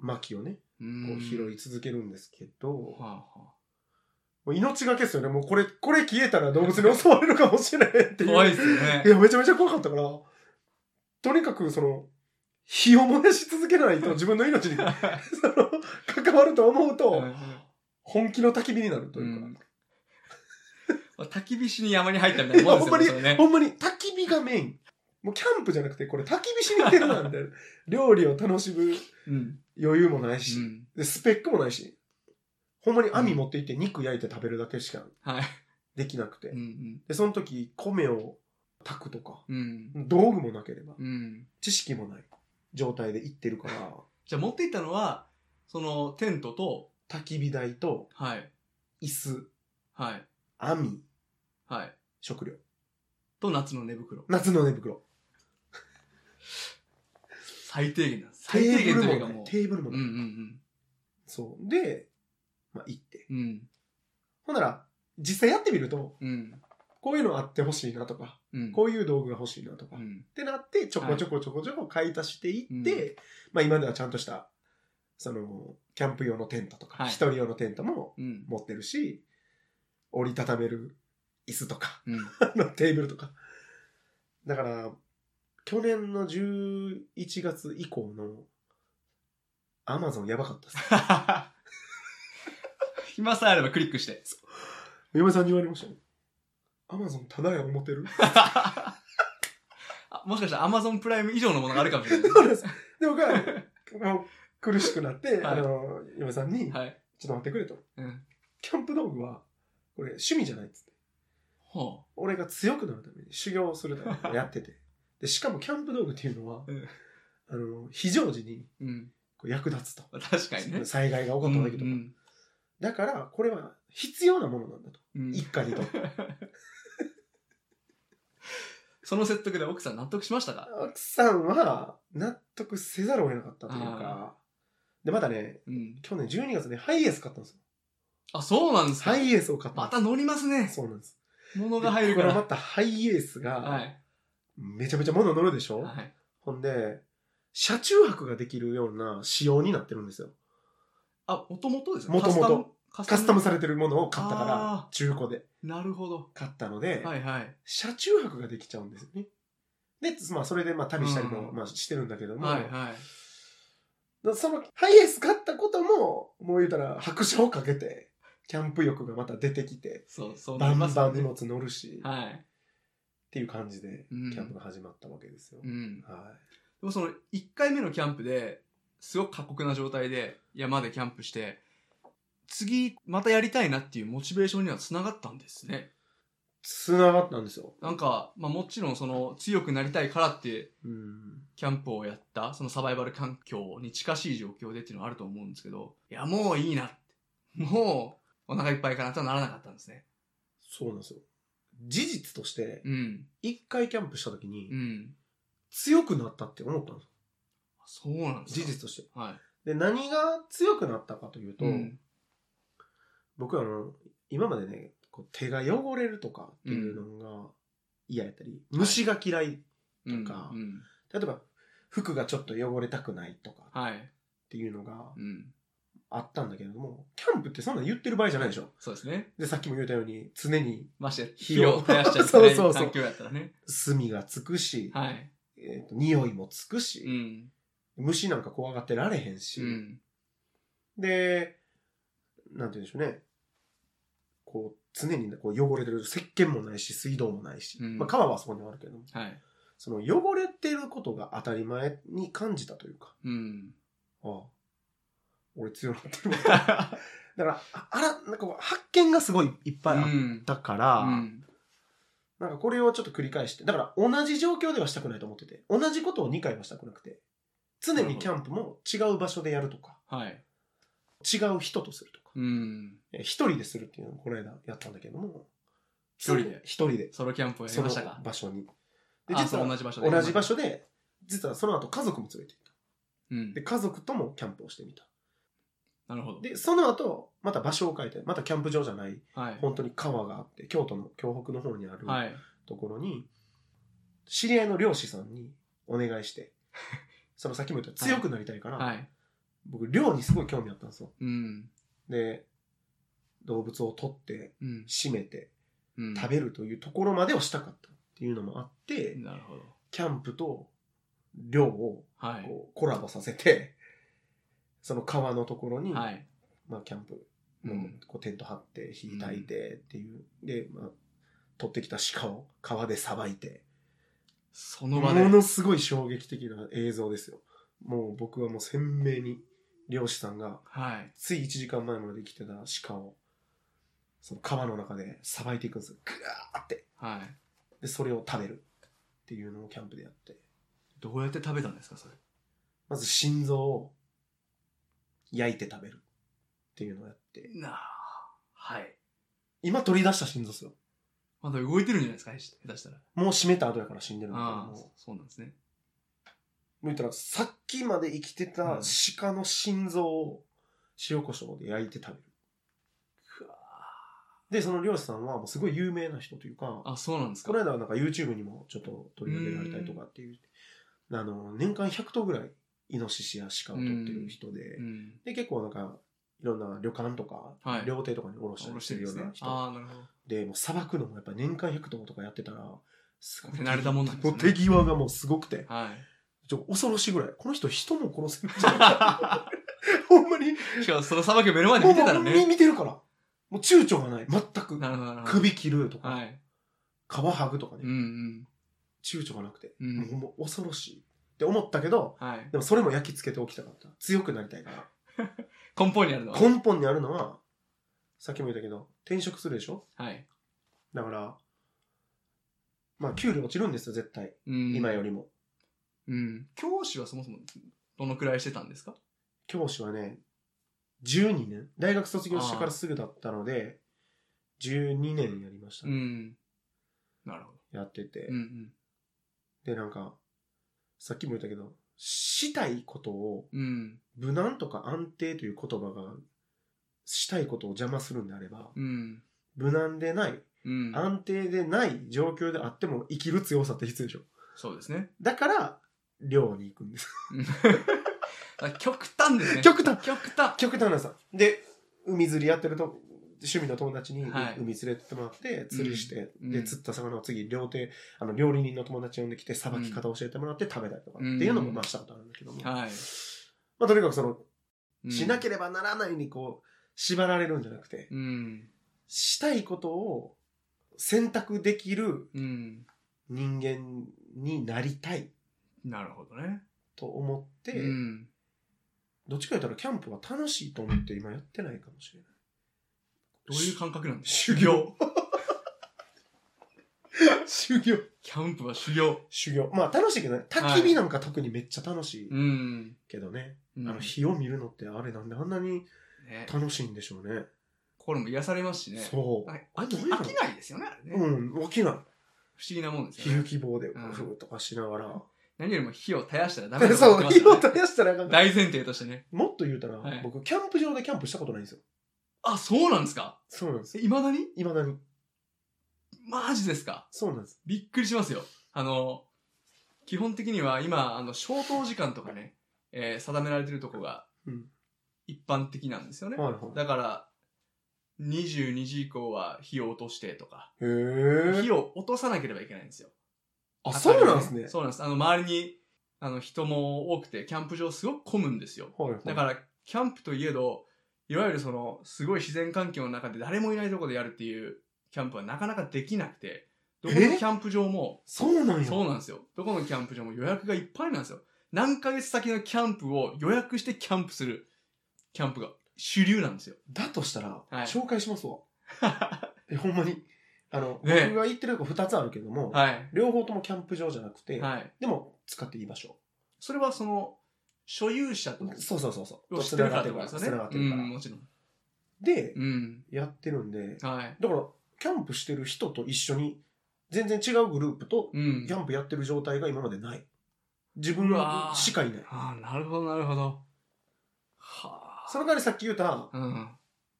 Speaker 2: 薪をね、
Speaker 1: う
Speaker 2: こ
Speaker 1: ん
Speaker 2: う拾い続けるんですけど、
Speaker 1: はあは
Speaker 2: もう命がけですよね。もうこれ、これ消えたら動物に襲われるかもしれへんって
Speaker 1: あ。
Speaker 2: いう。
Speaker 1: 怖いですよね
Speaker 2: [LAUGHS] い。や、めちゃめちゃ怖かったから、とにかくその、火を燃やし続けないと自分の命に [LAUGHS] その関わると思う
Speaker 1: う [LAUGHS]
Speaker 2: と、
Speaker 1: ん
Speaker 2: 本気の焚き火になると
Speaker 1: う
Speaker 2: いうか、
Speaker 1: ん [LAUGHS] まあ焚き火しに山に入ったみたいなもんですよねそれ
Speaker 2: いや
Speaker 1: ね。
Speaker 2: [LAUGHS] ほんまに焚き火がメイン。もうキャンプじゃなくて、これ焚き火しに行ってるなんて、料理を楽しむ
Speaker 1: うん。
Speaker 2: 余裕もないうし、
Speaker 1: ん。
Speaker 2: でスペックもないし、ほんまに網持って行って肉焼いて食べるだけしか
Speaker 1: はい。
Speaker 2: できなくて、
Speaker 1: うん
Speaker 2: で、その時米を炊くとか、
Speaker 1: うん。うん。
Speaker 2: 道具もなければ、
Speaker 1: うん。
Speaker 2: 知識もない状態で行ってるから、
Speaker 1: じゃあ持っていったのは、そのテントと、
Speaker 2: 焚き火台と
Speaker 1: はい。
Speaker 2: 椅子、
Speaker 1: はい。
Speaker 2: 網、
Speaker 1: はい。
Speaker 2: 食料。
Speaker 1: と夏の寝袋。
Speaker 2: 夏の寝袋。
Speaker 1: 最低限なんです。最低限というかもう。
Speaker 2: テーブルも
Speaker 1: うん
Speaker 2: ねテーブルもね
Speaker 1: うんうん。
Speaker 2: そう。で、まあ行って。
Speaker 1: うん。
Speaker 2: ほんなら、実際やってみると、
Speaker 1: うん。
Speaker 2: こういうのあってほしいなとか、
Speaker 1: ううん
Speaker 2: こういう道具が欲しいなとか、
Speaker 1: う
Speaker 2: っ
Speaker 1: ん
Speaker 2: てなってちょこちょこちょこちょこ買い足していって、
Speaker 1: は
Speaker 2: まあ今ではちゃんとしたそのキャンプ用のテントとか
Speaker 1: はい
Speaker 2: 一、人用のテントも
Speaker 1: うん
Speaker 2: 持ってるし折りたためる椅子とか
Speaker 1: うん [LAUGHS]
Speaker 2: あのテーブルとかだから去年の11月以降のアマゾンやばかったです
Speaker 1: 暇さえあればクリックして。 [LAUGHS]
Speaker 2: 嫁さんに言われましたねアマゾンただや思ってる
Speaker 1: あもしかしたらアマゾンプライム以上のものがあるかもしれない。
Speaker 2: [LAUGHS] そうですで僕はあの苦しくなって、
Speaker 1: はい
Speaker 2: あの嫁さんに、
Speaker 1: はい。
Speaker 2: ちょっと待ってくれと
Speaker 1: うん。
Speaker 2: キャンプ道具はこれ趣味じゃないっつって
Speaker 1: ほ
Speaker 2: 俺が強くなるために修行をするためにやって [LAUGHS] てでしかもキャンプ道具っていうのは、
Speaker 1: うん
Speaker 2: あの非常時に
Speaker 1: う。うん。
Speaker 2: こう役立つと、
Speaker 1: 確かにね。
Speaker 2: 災害が起こった時とか、
Speaker 1: うん
Speaker 2: だからこれは必要なものなんだと、
Speaker 1: うんうん
Speaker 2: 一家にとって
Speaker 1: [LAUGHS] その説得で奥さん納得しましたか
Speaker 2: 奥さんは納得せざるを得なかったというかでまたね
Speaker 1: うん。
Speaker 2: 去年12月ねハイエース買ったんですよ
Speaker 1: あ、そうなんですか
Speaker 2: ハイエースを買った
Speaker 1: ま
Speaker 2: んで
Speaker 1: た乗りますね
Speaker 2: す。そうなんです
Speaker 1: 物
Speaker 2: で
Speaker 1: が入るか
Speaker 2: これま
Speaker 1: ら。
Speaker 2: たハイエース
Speaker 1: は
Speaker 2: が
Speaker 1: い。
Speaker 2: めちゃめちゃ物乗るでしょ、
Speaker 1: はい。
Speaker 2: ほんで、車中泊ができるような仕様になってるんですよ。
Speaker 1: あ、もともとですね。
Speaker 2: 元
Speaker 1: カ
Speaker 2: 々
Speaker 1: スタム。
Speaker 2: カスタムさ
Speaker 1: れ
Speaker 2: れてるものを買ったから
Speaker 1: あ、
Speaker 2: 中古で
Speaker 1: なるほど。
Speaker 2: 買ったので、
Speaker 1: はいはい。
Speaker 2: 車中泊ができちゃうんですよね。で、まあ、それでまあ旅したりも
Speaker 1: うん
Speaker 2: まあしてるんだけども、
Speaker 1: はいはい。
Speaker 2: だそのハイエース買ったことも、もう言うたら拍車をかけて、キャンプ欲がまた出てきて、
Speaker 1: そう、そうな
Speaker 2: バ
Speaker 1: り
Speaker 2: ン
Speaker 1: ます
Speaker 2: バ
Speaker 1: よ
Speaker 2: ン荷
Speaker 1: ね。
Speaker 2: 物乗るし、っ
Speaker 1: はい。
Speaker 2: ていう感じで、
Speaker 1: うん
Speaker 2: キャンプが始まったわけですよ。
Speaker 1: うん。
Speaker 2: は
Speaker 1: でもその1回目のキャンプですごく過酷な状態で山でキャンプして次またやりたいなっていうモチベーションにはつながったんですね
Speaker 2: い。繋がったんですよ。
Speaker 1: なんか、まあ、もちろんその強くなりたいからって
Speaker 2: うん。
Speaker 1: キャンプをやったそのサバイバル環境に近しい状況でっていうのはあると思うんですけどいやもういいなってもうお腹いっぱいかなとはならなかったんですね
Speaker 2: そうなんですよ。事実として、
Speaker 1: うん
Speaker 2: 一回キャンプした時に、
Speaker 1: うん
Speaker 2: 強くなったって思ったんです
Speaker 1: そうなんです
Speaker 2: 事
Speaker 1: か
Speaker 2: 実として。
Speaker 1: はい
Speaker 2: で、何が強くなったかというと、
Speaker 1: うん
Speaker 2: 僕はあの、今までね、こう手が汚れるとかっていうのが嫌やったり、虫が嫌い、
Speaker 1: うん
Speaker 2: とか
Speaker 1: うん
Speaker 2: 例えば服がちょっと汚れたくないとかっ
Speaker 1: はい
Speaker 2: ていうのが
Speaker 1: うん
Speaker 2: あったんだけれども、キャンプってそんなん言ってる場合じゃないでしょ。
Speaker 1: そうですね
Speaker 2: で、さっきも言ったように、常に
Speaker 1: まして
Speaker 2: 火
Speaker 1: 火
Speaker 2: を
Speaker 1: を絶やしちゃいけない
Speaker 2: [LAUGHS] そうそうそう
Speaker 1: 環境やったらね
Speaker 2: 炭がつくし、
Speaker 1: はい
Speaker 2: えーと匂いもつく
Speaker 1: う
Speaker 2: し、
Speaker 1: ん
Speaker 2: 虫なんか怖がってられへんし、
Speaker 1: うん
Speaker 2: で、なんて言うんでしょうね。こう、常にねこう汚れてる、石鹸もないし、水道もないし、
Speaker 1: うん
Speaker 2: まあ川はそこにはあるけども、
Speaker 1: はい
Speaker 2: その汚れてることが当たり前に感じたというか、
Speaker 1: うん
Speaker 2: ああ、俺強くなって
Speaker 1: [LAUGHS]
Speaker 2: るわ。だから、ああら、なんかこう発見がすごいいっぱいあったから、
Speaker 1: うん
Speaker 2: なんかこれをちょっと繰り返して、だから同じ状況ではしたくないと思ってて、同じことを2回はしたくなくて、常にキャンプも違う場所でやるとか、
Speaker 1: はい
Speaker 2: 違う人とするとか、
Speaker 1: うん
Speaker 2: えー一人でするっていうのをこの間やったんだけども、
Speaker 1: 一人で
Speaker 2: 一人で、
Speaker 1: ソロキャンプをやり
Speaker 2: そ
Speaker 1: ま
Speaker 2: の
Speaker 1: したか
Speaker 2: 場所に。で、
Speaker 1: あ
Speaker 2: 実
Speaker 1: そう
Speaker 2: は
Speaker 1: 同じ場所で
Speaker 2: 同じ場所で、実はその後家族も連れて行っ
Speaker 1: うん
Speaker 2: た。で、家族ともキャンプをしてみた。
Speaker 1: なるほど
Speaker 2: で、その後、また場所を変えて、またキャンプ場じゃない、
Speaker 1: はい
Speaker 2: 本当に川があって、京都の京北の方にある
Speaker 1: はい
Speaker 2: ところに、知り合いの漁師さんにお願
Speaker 1: [LAUGHS]
Speaker 2: いして、そのさっきも言った強くなりたいから、
Speaker 1: はい
Speaker 2: 僕、漁にすごい興味あったんですよ。
Speaker 1: うん
Speaker 2: で、動物を取って、
Speaker 1: うん
Speaker 2: 締めて、
Speaker 1: うん
Speaker 2: 食べるというところまでをしたかったっていうのもあって、
Speaker 1: なるほど
Speaker 2: キャンプと漁を
Speaker 1: はい
Speaker 2: こうコラボさせて、その川のところに、
Speaker 1: はい
Speaker 2: まあ、キャンプ
Speaker 1: う
Speaker 2: の
Speaker 1: ん
Speaker 2: こうテント張って、火焚いてっていう、で、まあ、取ってきた鹿を川でさばいて、
Speaker 1: その
Speaker 2: も
Speaker 1: 場で
Speaker 2: のすごい衝撃的な映像ですよ。もう僕はもう鮮明に漁師さんが
Speaker 1: はい
Speaker 2: つい1時間前まで来てた鹿をその川の中でさばいていくんですよ。ぐわーって。
Speaker 1: はい
Speaker 2: で、それを食べるっていうのをキャンプでやって。
Speaker 1: どうやって食べたんですかそれ
Speaker 2: まず心臓を焼いて食べるっていうのをやって。
Speaker 1: なあはい
Speaker 2: 今取り出した心臓ですよ。
Speaker 1: まだ動いてるんじゃないですか下手したら
Speaker 2: もう閉めた後やから死んでるんだけど
Speaker 1: あ
Speaker 2: も
Speaker 1: あ。そうなんですね
Speaker 2: もう言ったら、さっきまで生きてた鹿の心臓を塩胡椒で焼いて食べる。
Speaker 1: くわあ
Speaker 2: で、その漁師さんはもうすごい有名な人というか、
Speaker 1: あ、そうなんですか
Speaker 2: この。間はなんか YouTube にもちょっと取り上げられたりとかっていう、あの、年間100頭ぐらい、イノシシやシカを取ってる人で
Speaker 1: う、ん。
Speaker 2: で、結構なんか、いろんな旅館とか、
Speaker 1: はい
Speaker 2: 料亭とかにおろした
Speaker 1: おろ
Speaker 2: り
Speaker 1: し
Speaker 2: してて
Speaker 1: る
Speaker 2: る
Speaker 1: です
Speaker 2: よう
Speaker 1: ね
Speaker 2: な。人。
Speaker 1: ああ、なるほど。
Speaker 2: で、もう砂漠のもやっぱ年間100頭とかやってたら、すごい。
Speaker 1: 慣れたもんなんですね
Speaker 2: もう手際がもうすごくて、
Speaker 1: は
Speaker 2: ちょ恐ろしいぐらい。この人人も殺せるんじ
Speaker 1: [LAUGHS]
Speaker 2: ゃないかほんまに、
Speaker 1: い。しかも、そのさばきを目の前で
Speaker 2: もう
Speaker 1: 見てたらね。
Speaker 2: 見てるから。もう躊躇がない。全く。
Speaker 1: なるほど、なるほど。
Speaker 2: 首切るとか、
Speaker 1: はい。
Speaker 2: 皮剥ぐとかね。
Speaker 1: うんうん。
Speaker 2: 躊躇がなくて、
Speaker 1: うん
Speaker 2: もうほんま恐ろしいって思ったけど
Speaker 1: はい。
Speaker 2: でもそれも焼き付けておきたかった強くなりたいから
Speaker 1: 根本にあるのは。
Speaker 2: 根本にあるのはさっきも言ったけど転職するでしょ
Speaker 1: はい。
Speaker 2: だからまあ給料落ちるんですよ絶対、
Speaker 1: うん。
Speaker 2: 今よりも
Speaker 1: うん。教師はそもそも、どのくらいしてたんですか
Speaker 2: 教師はね12年大学卒業してからすぐだったので12年やりました、
Speaker 1: うん。なるほど。
Speaker 2: やってて、
Speaker 1: うんうん。
Speaker 2: でなんかさっきも言ったけどしたいことを
Speaker 1: うん。
Speaker 2: 無難とか安定という言葉がしたいことを邪魔するんであれば、
Speaker 1: うん。
Speaker 2: 無難でない、
Speaker 1: うん。
Speaker 2: 安定でない状況であっても生きる強さって必要でしょ。
Speaker 1: そうです
Speaker 2: [LAUGHS]
Speaker 1: ね。
Speaker 2: だから、漁に行くんです。
Speaker 1: うんあ極端ですね。
Speaker 2: 極端
Speaker 1: 極端。
Speaker 2: 極端なさ。で、海釣りやってると、趣味の友達に
Speaker 1: はい
Speaker 2: 海釣れってもらって、釣りして、
Speaker 1: うん
Speaker 2: で、
Speaker 1: うん
Speaker 2: 釣った魚を次、料亭、あの、料理人の友達呼んできて、さばき方教えてもらって食べたりとかっていうのも、
Speaker 1: うん
Speaker 2: まあ、したことあるんだけども。ま
Speaker 1: はい。
Speaker 2: あ、とにかくその、
Speaker 1: うん
Speaker 2: しなければならないにこう、縛られるんじゃなくて、
Speaker 1: うん。
Speaker 2: したいことを選択できる
Speaker 1: うん。
Speaker 2: 人間になりたい
Speaker 1: なるほどね。
Speaker 2: と思って、
Speaker 1: うん。
Speaker 2: どっちか言ったらキャンプは楽しいと思って今やってないかもしれない。
Speaker 1: どういう感覚なんですか
Speaker 2: 修行。修行。
Speaker 1: キャンプは修行。
Speaker 2: 修行。まあ楽しいけどね。焚き火なんか特にめっちゃ楽しい
Speaker 1: うん。
Speaker 2: けどね。
Speaker 1: うん
Speaker 2: あの火を見るのってあれなんであんなに
Speaker 1: ね、
Speaker 2: 楽しいんでしょうね。
Speaker 1: 心も癒されますしね。
Speaker 2: そう。
Speaker 1: はい飽き
Speaker 2: どういうの
Speaker 1: 飽きないですよね、あれね。不思
Speaker 2: うん、起きない。
Speaker 1: 議なもんです
Speaker 2: 火
Speaker 1: よ
Speaker 2: 吹
Speaker 1: ね。
Speaker 2: き棒で、ふ
Speaker 1: うん
Speaker 2: ーとかしながら。
Speaker 1: 何よりも火を絶やしたらダメだと
Speaker 2: そ
Speaker 1: 思
Speaker 2: う、
Speaker 1: って
Speaker 2: 火
Speaker 1: ます
Speaker 2: を
Speaker 1: からね
Speaker 2: 絶やしたらあかんから
Speaker 1: 大前提としてね。
Speaker 2: もっと言うたら、
Speaker 1: はい
Speaker 2: 僕、キャンプ場でキャンプしたことないんですよ。
Speaker 1: あ、そうなんですか
Speaker 2: そうなんです。
Speaker 1: いまだに
Speaker 2: いまだに。
Speaker 1: マジですか
Speaker 2: そうなんです。
Speaker 1: びっくりしますよ。あの、基本的には今、あの、消灯時間とかね、えー定められてるとこが
Speaker 2: うん
Speaker 1: 一般的なんですよね。
Speaker 2: はいはい。
Speaker 1: だから、22時以降は火を落としてとか、
Speaker 2: へえ。
Speaker 1: 火を落とさなければいけないんですよ。
Speaker 2: あ、そうなんですね。
Speaker 1: そうなんです。あの、周りに、あの、人も多くて、キャンプ場すごく混むんですよ。
Speaker 2: はいはい。
Speaker 1: だから、キャンプといえど、いわゆるその、すごい自然環境の中で誰もいないところでやるっていうキャンプはなかなかできなくて、どこのキ
Speaker 2: え
Speaker 1: ャンプ場も、
Speaker 2: そうなんや。
Speaker 1: そうなんですよ。どこのキャンプ場も予約がいっぱいなんですよ。何ヶ月先のキャンプを予約してキャンプするキャンプが主流なんですよ。
Speaker 2: だとしたら、
Speaker 1: はい
Speaker 2: 紹介しま
Speaker 1: [LAUGHS]
Speaker 2: すわ。え、ほんまに。あの、
Speaker 1: ね
Speaker 2: 僕が行ってるとこ2つあるけども、
Speaker 1: はい。
Speaker 2: 両方ともキャンプ場じゃなくて、
Speaker 1: はい。
Speaker 2: でも使っていい場所。
Speaker 1: それはその、所有者と
Speaker 2: そうそうそうそう。
Speaker 1: を知ってるからって
Speaker 2: つ
Speaker 1: こ
Speaker 2: な
Speaker 1: とで
Speaker 2: がっ
Speaker 1: す
Speaker 2: てるから。
Speaker 1: よ
Speaker 2: つ
Speaker 1: ねう
Speaker 2: なが。ってるから。
Speaker 1: ん、もちろん。
Speaker 2: で、
Speaker 1: うん。
Speaker 2: やってるんで、
Speaker 1: はい。
Speaker 2: だから、キャンプしてる人と一緒に、全然違うグループと、
Speaker 1: うん
Speaker 2: キ。ャンプやってる状態が今までない。自分
Speaker 1: うわー
Speaker 2: しかいない。
Speaker 1: ああ、なるほど、なるほど。はあ。
Speaker 2: その代わりさっき言った、
Speaker 1: うん。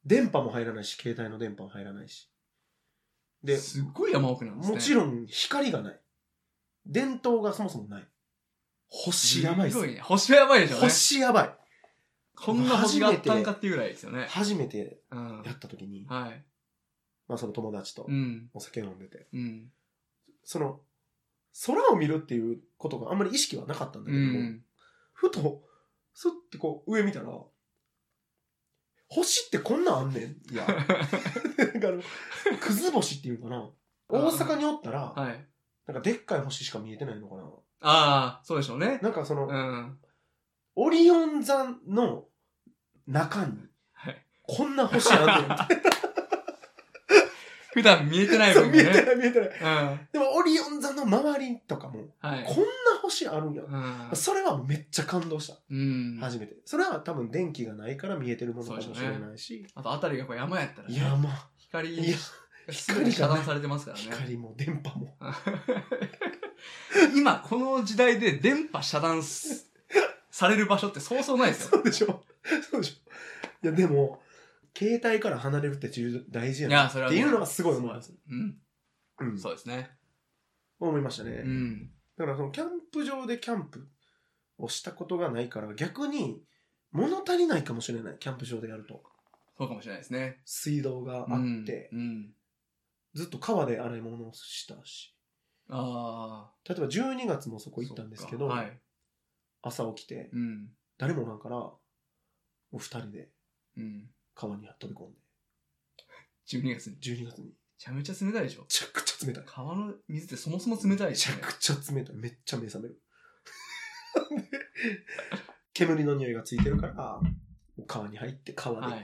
Speaker 2: 電波も入らないし、携帯の電波も入らないし。で、
Speaker 1: すっごい山奥なんですね。
Speaker 2: もちろん光がない。電灯がそもそもない。星やばいっす。
Speaker 1: ごね。星はやばいでしょうね。
Speaker 2: 星やばい。
Speaker 1: こんな星があったんかっていうぐらいですよね。
Speaker 2: 初めて
Speaker 1: うん。
Speaker 2: やった時に、
Speaker 1: はい。
Speaker 2: まあその友達と
Speaker 1: うん。
Speaker 2: お酒飲んでて、
Speaker 1: うん。
Speaker 2: その、空を見るっていうことがあんまり意識はなかったんだ
Speaker 1: う
Speaker 2: けども、
Speaker 1: ん。 [LAUGHS]
Speaker 2: ふと、すってこう上見たら、星ってこんなんあんねん。いや、なんかあの、くず星っていうのかな。大阪におったら、
Speaker 1: はい。
Speaker 2: なんかでっかい星しか見えてないのかな。
Speaker 1: ああ、そうでしょうね。
Speaker 2: なんかその、
Speaker 1: うん。
Speaker 2: オリオン座の中に、
Speaker 1: はい
Speaker 2: こんな星
Speaker 1: [LAUGHS]
Speaker 2: あんねんって。
Speaker 1: 普段見えてない
Speaker 2: そう
Speaker 1: 分
Speaker 2: 見え
Speaker 1: が
Speaker 2: て
Speaker 1: ね。
Speaker 2: ない見えてない。
Speaker 1: うん。は
Speaker 2: でもオリオン座の周りとかも、こ
Speaker 1: い。
Speaker 2: んな星あるんや。
Speaker 1: うん
Speaker 2: それはめっちゃ感動した。
Speaker 1: うん。
Speaker 2: 初めて。それは多分電気がないから見えてるものかもしれないし。
Speaker 1: あと、あたりがこう山やったら
Speaker 2: い
Speaker 1: ね、
Speaker 2: や、まあ、
Speaker 1: 光
Speaker 2: いや、
Speaker 1: がすぐ遮断されてますからね。
Speaker 2: 光も電波も。
Speaker 1: [LAUGHS] 今、この時代で電波遮断すされる場所ってそうそうないですよ。
Speaker 2: そうでしょ。そうでしょ。いや、でも、携帯から離れるって重要大事や
Speaker 1: い
Speaker 2: な
Speaker 1: や、それは
Speaker 2: っ
Speaker 1: も
Speaker 2: て
Speaker 1: う。
Speaker 2: いうのがすごい思います。
Speaker 1: うん。
Speaker 2: うん、
Speaker 1: そうですね。
Speaker 2: 思いましたね、
Speaker 1: うん。
Speaker 2: だからそのキャンプ場でキャンプをしたことがないから逆に物足りないかもしれないキャンプ場でやると
Speaker 1: そうかもしれないですね。
Speaker 2: 水道があって、
Speaker 1: うん。うん
Speaker 2: ずっと川で洗い物をしたし
Speaker 1: ああ。
Speaker 2: 例えば12月もそこ行ったんですけど、
Speaker 1: そっかはい。
Speaker 2: 朝起きて
Speaker 1: うん。
Speaker 2: 誰もおらんからもう2人で
Speaker 1: うん。
Speaker 2: 川に飛び込んで
Speaker 1: 12月に。め
Speaker 2: 12月にめ
Speaker 1: ちゃめちゃ冷たいでしょ。
Speaker 2: ちゃくちゃ冷たい
Speaker 1: 川の水ってそもそも冷たい
Speaker 2: め
Speaker 1: し、
Speaker 2: ちゃ
Speaker 1: ね。
Speaker 2: くちゃ冷たいめっちゃ目覚める [LAUGHS] で煙の匂いがついてるからもう川に入って川でグワ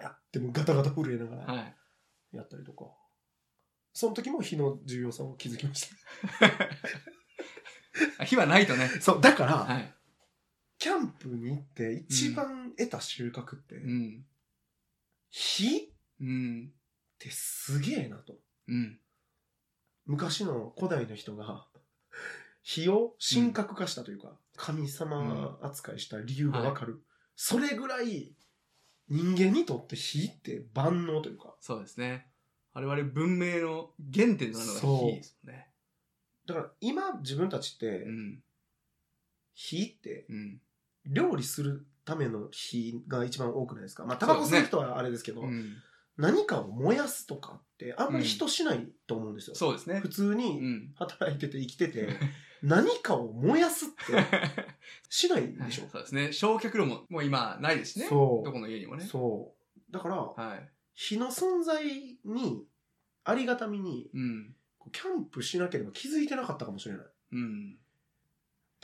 Speaker 2: ーやってもうガタガタ震えながら
Speaker 1: はい。
Speaker 2: やったりとか、その時も火の重要さを気づきまし
Speaker 1: あ火はない
Speaker 2: [LAUGHS]
Speaker 1: とね。
Speaker 2: たそうだから、
Speaker 1: はい。
Speaker 2: キャンプに行って一番得た収穫って、
Speaker 1: うん。
Speaker 2: 火っ
Speaker 1: うん。
Speaker 2: てすげえなと
Speaker 1: うん。
Speaker 2: 昔の古代の人が火を神格化したというか、神様扱いした理由がわかる、それぐらい人間にとって火って万能というか
Speaker 1: そうですね。我々文明の原点なのが
Speaker 2: そう
Speaker 1: 火ですもんね。
Speaker 2: だから今自分たちって
Speaker 1: うん。
Speaker 2: 火って
Speaker 1: うん。
Speaker 2: 料理するための火が一番多くないですかまあタバコ吸う人はあれですけど、
Speaker 1: うん。
Speaker 2: 何かを燃やすとかってあんまり人しないと思うんですよ、
Speaker 1: そうですね
Speaker 2: 普。通
Speaker 1: う
Speaker 2: に
Speaker 1: ん。
Speaker 2: 働いてて生きてて何かを燃やすってしないでしょ、
Speaker 1: そうですね。焼却炉ももう今ないですし [LAUGHS] ね。
Speaker 2: そう
Speaker 1: どこの家にもね。
Speaker 2: そうだから
Speaker 1: はい。
Speaker 2: 火の存在にありがたみに
Speaker 1: うん。
Speaker 2: こうキャンプしなければ気づいてなかったかもしれない
Speaker 1: うん。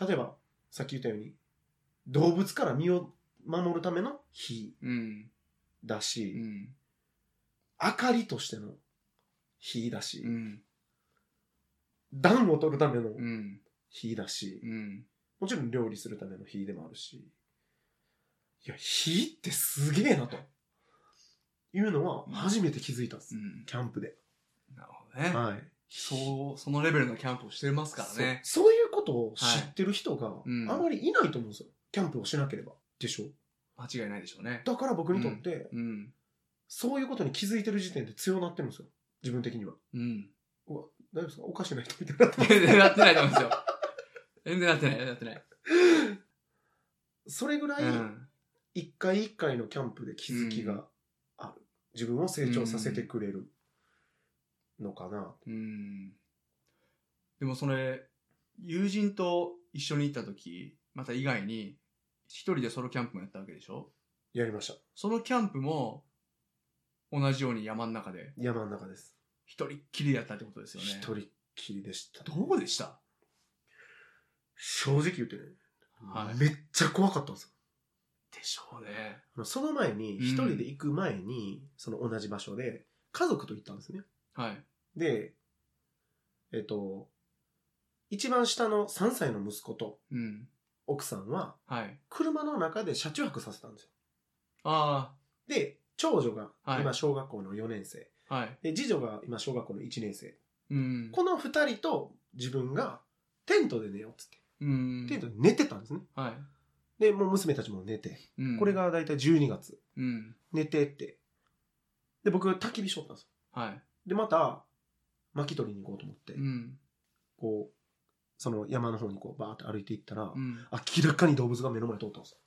Speaker 2: 例えばさっき言ったように動物から身を守るための火
Speaker 1: うん。
Speaker 2: だし、
Speaker 1: うん。
Speaker 2: 明かりとしての火だし、
Speaker 1: うん。
Speaker 2: 暖を取るための
Speaker 1: うん。
Speaker 2: 火だし、
Speaker 1: うん。
Speaker 2: もちろん料理するための火でもあるしいや火ってすげえなというのは初めて気づいたんです、
Speaker 1: うん
Speaker 2: キャンプで、
Speaker 1: なるほどね。
Speaker 2: はい、
Speaker 1: そう、そのレベルのキャンプをしてますからね。
Speaker 2: そうそういうことを知ってる人が
Speaker 1: うん
Speaker 2: あまりいないと思うんですよ、キャンプをしなければでしょ
Speaker 1: 間違いないでしょうね。
Speaker 2: だから僕にとって、
Speaker 1: うん。
Speaker 2: そういうことに気づいてる時点で強なってるんですよ自分的には
Speaker 1: うん。
Speaker 2: うわ大丈夫ですかおかしくない人みたいになってます
Speaker 1: 全然なってないと [LAUGHS] 思うんですよ。全然なってない、なってない。
Speaker 2: それぐらい
Speaker 1: うん。
Speaker 2: 一回一回のキャンプで気づきがある、自分を成長させてくれるのかな、
Speaker 1: うん。でもそれ、友人と一緒に行った時、また以外に、一人でソロキャンプもやったわけでしょ
Speaker 2: やりました
Speaker 1: そのキャンプも、同じように山の中で、
Speaker 2: 山の中です
Speaker 1: 一人っきりやったってことですよね。
Speaker 2: 一人っきりでした
Speaker 1: どうでした
Speaker 2: 正直言ってね、
Speaker 1: はい
Speaker 2: めっちゃ怖かったんですよ
Speaker 1: でしょうね。
Speaker 2: あのその前に
Speaker 1: うん
Speaker 2: 一人で行く前に、その同じ場所で家族と行ったんですね
Speaker 1: はい。
Speaker 2: でえっと一番下の3歳の息子と
Speaker 1: うん。
Speaker 2: 奥さんは
Speaker 1: はい。
Speaker 2: 車の中で車中泊させたんですよ
Speaker 1: あ
Speaker 2: で長女が
Speaker 1: はい
Speaker 2: 今小学校の4年生、
Speaker 1: あ、はい。
Speaker 2: で次女が今小学校の1年生
Speaker 1: うん。
Speaker 2: この2人と自分がテントで寝ようっつって、
Speaker 1: うん。
Speaker 2: テントで寝てたんですね
Speaker 1: はい。
Speaker 2: でもう娘たちも寝て
Speaker 1: うん
Speaker 2: これ、が大体12月
Speaker 1: うん。
Speaker 2: 寝てってで僕焚き火しとったんですよ
Speaker 1: は
Speaker 2: でまた薪取りに行こうと思って、
Speaker 1: い。うん。
Speaker 2: こうその山の方にこうバーって歩いていったら、
Speaker 1: うん。
Speaker 2: 明らかに動物が目の前に通ったんですよ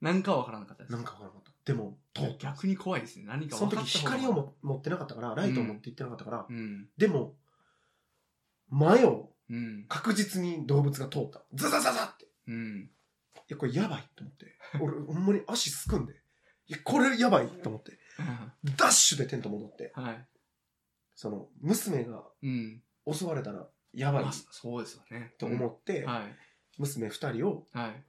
Speaker 1: 何かは分からなかったです。
Speaker 2: なんかわからなかったでも通った
Speaker 1: 逆に怖いですね。何か
Speaker 2: その
Speaker 1: 分か
Speaker 2: 時
Speaker 1: った
Speaker 2: 光をも持ってなかったからライトを持って行ってなかったから、
Speaker 1: うん。
Speaker 2: でも前を
Speaker 1: うん。
Speaker 2: 確実に動物が通ったザザザザって
Speaker 1: うん。 [LAUGHS]
Speaker 2: いやこれやばいと思って俺ほんまに足すくんでいやこれやばいと思ってダッシュでテント戻って
Speaker 1: はい。
Speaker 2: その娘が
Speaker 1: うん。
Speaker 2: 襲われたらやばい
Speaker 1: まあそうですよね。
Speaker 2: と思って、
Speaker 1: うんはい。
Speaker 2: 娘2人を
Speaker 1: はい。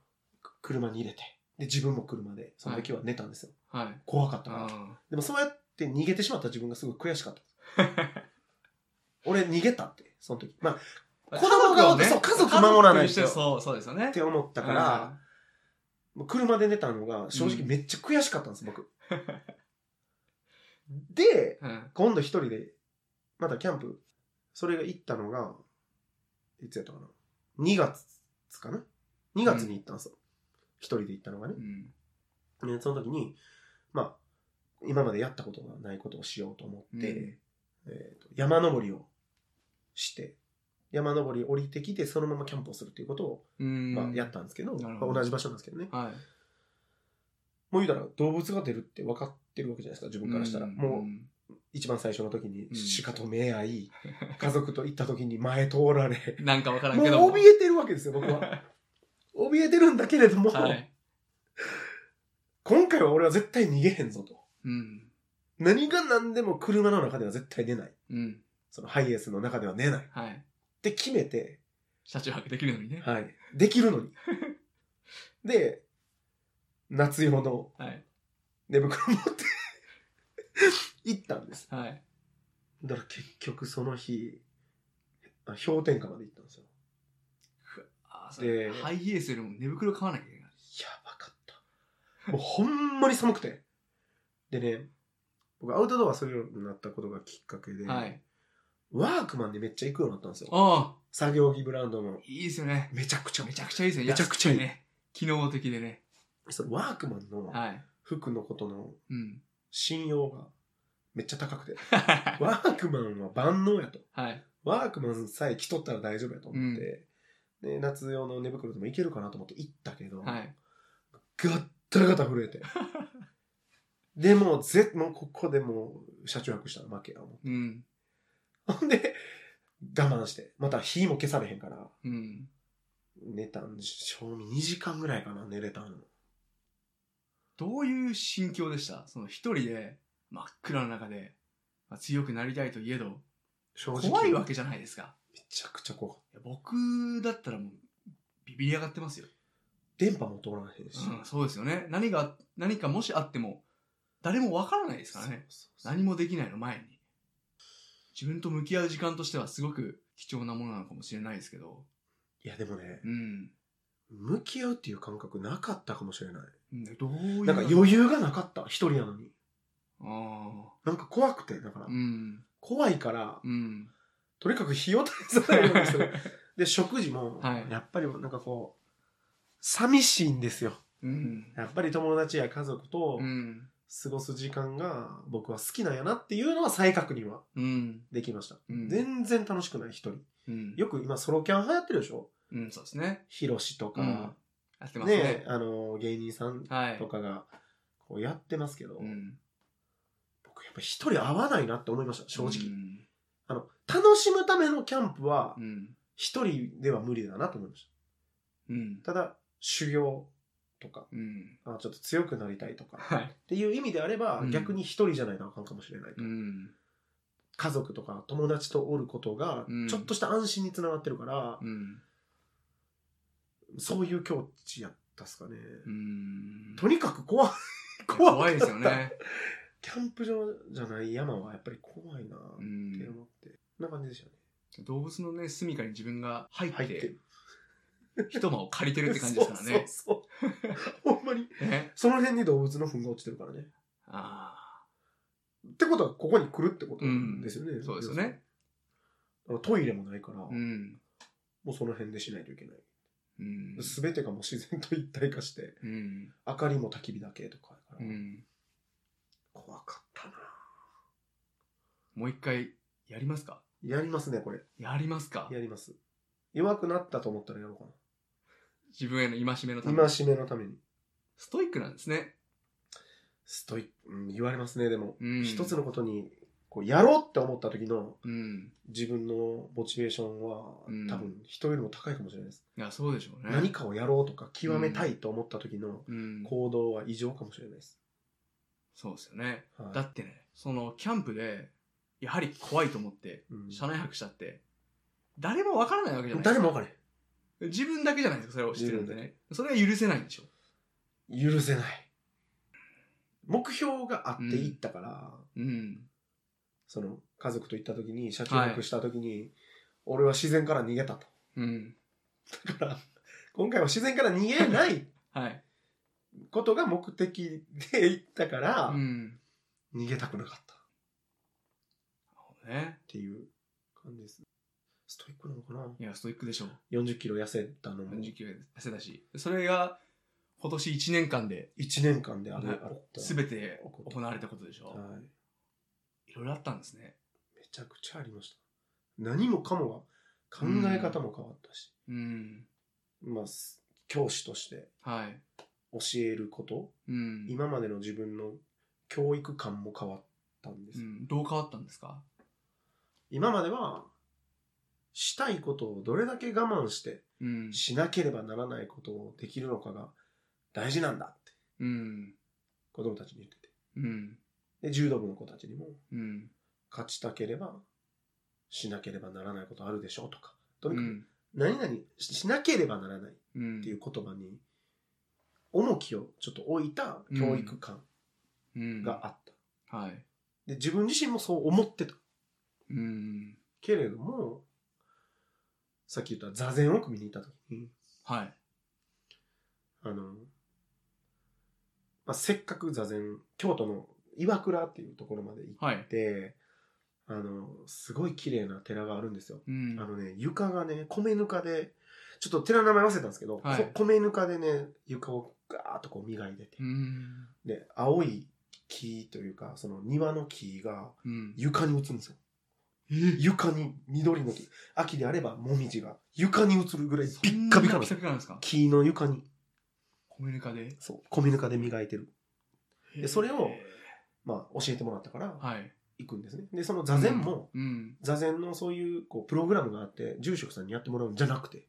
Speaker 2: 車に入れてで自分も車でその時は寝たんですよ、
Speaker 1: はい。
Speaker 2: 怖かったから
Speaker 1: あ
Speaker 2: でもそうやって逃げてしまった自分がすごい悔しかった俺逃げたってその時まあ
Speaker 1: あ
Speaker 2: 子供がそう家族守らないと
Speaker 1: 家族と一緒にそう、そうですよね
Speaker 2: っ。て思ったから、もう車で寝たのが正直めっちゃ悔しかったんです、僕で
Speaker 1: うん、うん。
Speaker 2: 今度一人でまたキャンプそれが行ったのがいつやったかな2月かな2月に行ったんですよ一、人で行ったのがね
Speaker 1: うん。
Speaker 2: でその時にまあ今までやったことがないことをしようと思って、
Speaker 1: うん
Speaker 2: えーと山登りをして、山登り降りてきて、そのままキャンプをするっていうことを、
Speaker 1: うん。
Speaker 2: まあ、やったんですけど、
Speaker 1: なるほ
Speaker 2: ま
Speaker 1: ど
Speaker 2: あ同じ場所なんですけどね。
Speaker 1: はい。
Speaker 2: もう言うたら動物が出るって分かってるわけじゃないですか、自分からしたら。
Speaker 1: うん
Speaker 2: もう一番最初の時に
Speaker 1: うん
Speaker 2: 鹿と目合
Speaker 1: [LAUGHS]
Speaker 2: い、家族と行った時に前通られ、
Speaker 1: なんかわからん
Speaker 2: もう
Speaker 1: けども。
Speaker 2: 怯えてるわけですよ、僕
Speaker 1: [LAUGHS]
Speaker 2: は。
Speaker 1: は
Speaker 2: 怯えてるんだけれども、
Speaker 1: い。
Speaker 2: 今回は俺は絶対逃げへんぞと。
Speaker 1: うん。
Speaker 2: 何が何でも車の中では絶対出ない。
Speaker 1: うん。
Speaker 2: そのハイエースの中では出ない。っ
Speaker 1: はい。
Speaker 2: て決めて、
Speaker 1: 車中泊できるのにね。
Speaker 2: はい。できるのに。
Speaker 1: [LAUGHS]
Speaker 2: で、夏用の
Speaker 1: はい。
Speaker 2: 寝袋持って [LAUGHS] 行ったんです。
Speaker 1: はい。
Speaker 2: だから結局その日、あ氷点下まで行ったんですよ。
Speaker 1: あーそれ
Speaker 2: で
Speaker 1: ハイエースよりも寝袋買わなきゃいけない。
Speaker 2: やばかった。もうほんまに寒くて。でね、僕アウトドアするようになったことがきっかけで、
Speaker 1: はい。
Speaker 2: ワークマンでめっちゃ行くようになったんですよ。
Speaker 1: ああ、
Speaker 2: 作業着ブランドの。
Speaker 1: いいですよね。
Speaker 2: めちゃくちゃ
Speaker 1: め
Speaker 2: め
Speaker 1: ち
Speaker 2: ち
Speaker 1: ゃ
Speaker 2: ゃ
Speaker 1: く
Speaker 2: くち
Speaker 1: ちゃいいですよね。
Speaker 2: めちゃくちゃいい
Speaker 1: 安くてね。機能的でね。
Speaker 2: ゃ。そのワークマンの
Speaker 1: はい。
Speaker 2: 服のことの
Speaker 1: うん。 [LAUGHS]
Speaker 2: 信用がめっちゃ高くて。
Speaker 1: は
Speaker 2: ワークマンは万能やと。
Speaker 1: い。
Speaker 2: ワークマンさえ着とったら大丈夫やと思って、で夏用の寝袋でもいけるかなと思って行ったけど、
Speaker 1: はい。
Speaker 2: ガッタガタ震え
Speaker 1: [LAUGHS]
Speaker 2: て。でもうぜ、もうここでもう車中泊したら負けや思
Speaker 1: うん。
Speaker 2: う。ほんで、我慢して。また火も消されへんから、
Speaker 1: うん。
Speaker 2: 寝たん、賞味2時間ぐらいかな、寝れたの。
Speaker 1: どういう心境でしたその一人で真っ暗の中で、まあ、強くなりたいといえど、
Speaker 2: 正直。
Speaker 1: 怖いわけじゃないですか。
Speaker 2: めちゃくちゃ怖かっ
Speaker 1: いや僕だったらもう、ビビり上がってますよ。
Speaker 2: た。電波も通らへんし。
Speaker 1: うん、そうですよね。何が、何かもしあっても、誰もわからないですからね。
Speaker 2: そうそうそう
Speaker 1: 何もできないの前に。自分と向き合う時間としてはすごく貴重なものなのかもしれないですけど。
Speaker 2: いや、でもね、
Speaker 1: うん。
Speaker 2: 向き合うっていう感覚なかったかもしれない。
Speaker 1: うんどういう。
Speaker 2: なんか余裕がなかった、一人なのに。
Speaker 1: あ
Speaker 2: なんか怖くて、だから、
Speaker 1: あ。うん。
Speaker 2: 怖いから、
Speaker 1: うん。
Speaker 2: とにかく火を絶やさないようにす [LAUGHS] る。で、食事も、
Speaker 1: はい
Speaker 2: やっぱりなんかこう、寂しいんですよ。
Speaker 1: うん。
Speaker 2: やっぱり友達や家族と
Speaker 1: うん。
Speaker 2: 過ごす時間が僕は好きなんやなっていうのは再確認は
Speaker 1: うん。
Speaker 2: できました。
Speaker 1: うん
Speaker 2: 全然楽しくない一人。
Speaker 1: うん。
Speaker 2: よく今ソロキャン流行ってるでしょ
Speaker 1: うん、そうですね。
Speaker 2: ヒロシと
Speaker 1: う
Speaker 2: か
Speaker 1: ん、。やって
Speaker 2: ね
Speaker 1: ますね。
Speaker 2: あの、芸人さん
Speaker 1: はい
Speaker 2: と。かがこうやってますけど、
Speaker 1: うん。
Speaker 2: 僕やっぱ一人合わないなって思いました、正直。
Speaker 1: うん
Speaker 2: あの、楽しむためのキャンプは
Speaker 1: う、ん。
Speaker 2: 一人では無理だなと思いまし
Speaker 1: うん。
Speaker 2: た。ただ、修行とか、
Speaker 1: うん。
Speaker 2: あちょっと強くなりたいとか、っ
Speaker 1: はい。
Speaker 2: ていう意味であれば、
Speaker 1: うん
Speaker 2: 逆に一人じゃないとあかんかもしれないと。
Speaker 1: うん。
Speaker 2: 家族とか友達とおることが
Speaker 1: うん、
Speaker 2: ちょっとした安心につながってるから、
Speaker 1: うん。
Speaker 2: そういう境地やったっすかね。
Speaker 1: うん。
Speaker 2: とにかく怖い。怖
Speaker 1: 怖いですよ
Speaker 2: かった。
Speaker 1: ね。
Speaker 2: キャンプ場じゃない山はやっぱり怖いなっ
Speaker 1: う
Speaker 2: て
Speaker 1: ん。
Speaker 2: 思って。こんな感じでしたね。
Speaker 1: 動物のね、住処に自分が入っ
Speaker 2: 入って
Speaker 1: て、
Speaker 2: る。
Speaker 1: 一間を借りてるって感じですからね。
Speaker 2: そうそうそう。ほんまに。
Speaker 1: ね
Speaker 2: その辺に動物の糞が落ちてるからね。
Speaker 1: あ
Speaker 2: ってことは、ここに来るってことですよね。
Speaker 1: あ、そうですよね。
Speaker 2: 要するに。トイレもないから、
Speaker 1: うん。
Speaker 2: もうその辺でしないといけない。
Speaker 1: うん。
Speaker 2: すべてがもう自然と一体化して、
Speaker 1: うん。
Speaker 2: 明かりも焚き火だけとかや
Speaker 1: う
Speaker 2: から、
Speaker 1: ん。
Speaker 2: 怖かったな
Speaker 1: もう一回、やりますか
Speaker 2: やりますね、これ。
Speaker 1: やりますか
Speaker 2: やります。弱くなったと思ったらやろうか
Speaker 1: 自分への戒めのため
Speaker 2: な。今
Speaker 1: に。
Speaker 2: しめのために。
Speaker 1: ストイックなんですね。
Speaker 2: ストイック、うん言われますね、でも。
Speaker 1: うん
Speaker 2: 一つのことに、こう、やろうって思った時の
Speaker 1: うん。
Speaker 2: 自分のモチベーションは、
Speaker 1: うん
Speaker 2: 多分人よりも高いかもしれないです。
Speaker 1: いや、そうでしょうね。
Speaker 2: 何かをやろうとか、極めたいと思った時の
Speaker 1: うん。
Speaker 2: 行動は異常かもしれないです。
Speaker 1: そうですよね。
Speaker 2: はい
Speaker 1: だってね、その、キャンプで、やはり怖いと思って、
Speaker 2: うん
Speaker 1: 車内泊したって、誰もわからないわけじゃないです
Speaker 2: 誰
Speaker 1: か。
Speaker 2: も分かれへ
Speaker 1: 自分だけじゃないですか、それを知ってるんでね。それは許せないんでしょ。
Speaker 2: ん許せない目標があって行ったから、
Speaker 1: うん。
Speaker 2: その家族と行った時に車中泊した時に、俺は自然から逃げたと
Speaker 1: うん。
Speaker 2: だから今回は自然から逃げない
Speaker 1: はい。
Speaker 2: ことが目的で行ったから、
Speaker 1: うん。
Speaker 2: 逃げたくなかったっ
Speaker 1: ね。
Speaker 2: ていう感じですストイックなのかない
Speaker 1: や、ストイックでしょう。
Speaker 2: 40キロ痩せたのも
Speaker 1: 40キロ痩せたし。それが、今年1年間で
Speaker 2: 1年間であれあ
Speaker 1: ね
Speaker 2: った。
Speaker 1: 全て行われたことでしょ。
Speaker 2: はい。
Speaker 1: いろいろあったんですね。
Speaker 2: めちゃくちゃありました。何もかもが考え方も変わったし、
Speaker 1: うん。
Speaker 2: まあ、す教師として
Speaker 1: はい。
Speaker 2: 教えること、
Speaker 1: うん。
Speaker 2: 今までの自分の教育観も変わったんで
Speaker 1: う
Speaker 2: す。
Speaker 1: ん、どう変わったんですか
Speaker 2: 今までは、したいことをどれだけ我慢して、
Speaker 1: うん。
Speaker 2: しなければならないことをできるのかが大事なんだって
Speaker 1: うん。
Speaker 2: 子供たちに言ってて。
Speaker 1: うん。
Speaker 2: で、柔道部の子たちにも、
Speaker 1: うん。
Speaker 2: 勝ちたければ、しなければならないことあるでしょうとか、と
Speaker 1: う
Speaker 2: にかく
Speaker 1: ん。
Speaker 2: 何々ししなければならないっ
Speaker 1: うん
Speaker 2: ていう言葉に重きをちょっと置いた教育観
Speaker 1: うん。
Speaker 2: があった、
Speaker 1: はい。
Speaker 2: で自分自身もそう思ってた
Speaker 1: うん。
Speaker 2: けれどもさっき言った座禅を組みに行った時に
Speaker 1: はい。
Speaker 2: あの、まあ、せっかく座禅京都の岩倉っていうところまで行
Speaker 1: はい
Speaker 2: っ。てあのすごい綺麗な寺があるんですよ
Speaker 1: うん。
Speaker 2: あのね、床がね、米ぬかで、ちょっと寺の名前忘れたんですけど、
Speaker 1: はい
Speaker 2: こ米ぬかでね、床をガーッとこう磨いてて、
Speaker 1: うん。
Speaker 2: で、青い木というか、その庭の木が
Speaker 1: うん。
Speaker 2: 床に映るんですよ。
Speaker 1: え
Speaker 2: 床に緑の木。秋であればもみじが床に映るぐらい
Speaker 1: そんな
Speaker 2: ピッカピカなん
Speaker 1: ピ
Speaker 2: で
Speaker 1: カ
Speaker 2: すよ。
Speaker 1: ピカなんですか
Speaker 2: 木の床に、
Speaker 1: 米ぬかで。
Speaker 2: そう、米ぬかで磨いてる。でそれを
Speaker 1: へ
Speaker 2: まあ、教えてもらったから
Speaker 1: ー、はい。
Speaker 2: 行くんですね。で、その座禅も、
Speaker 1: うん。
Speaker 2: 座禅のそういう、こう、プログラムがあって、住職さんにやってもらうんじゃなくて、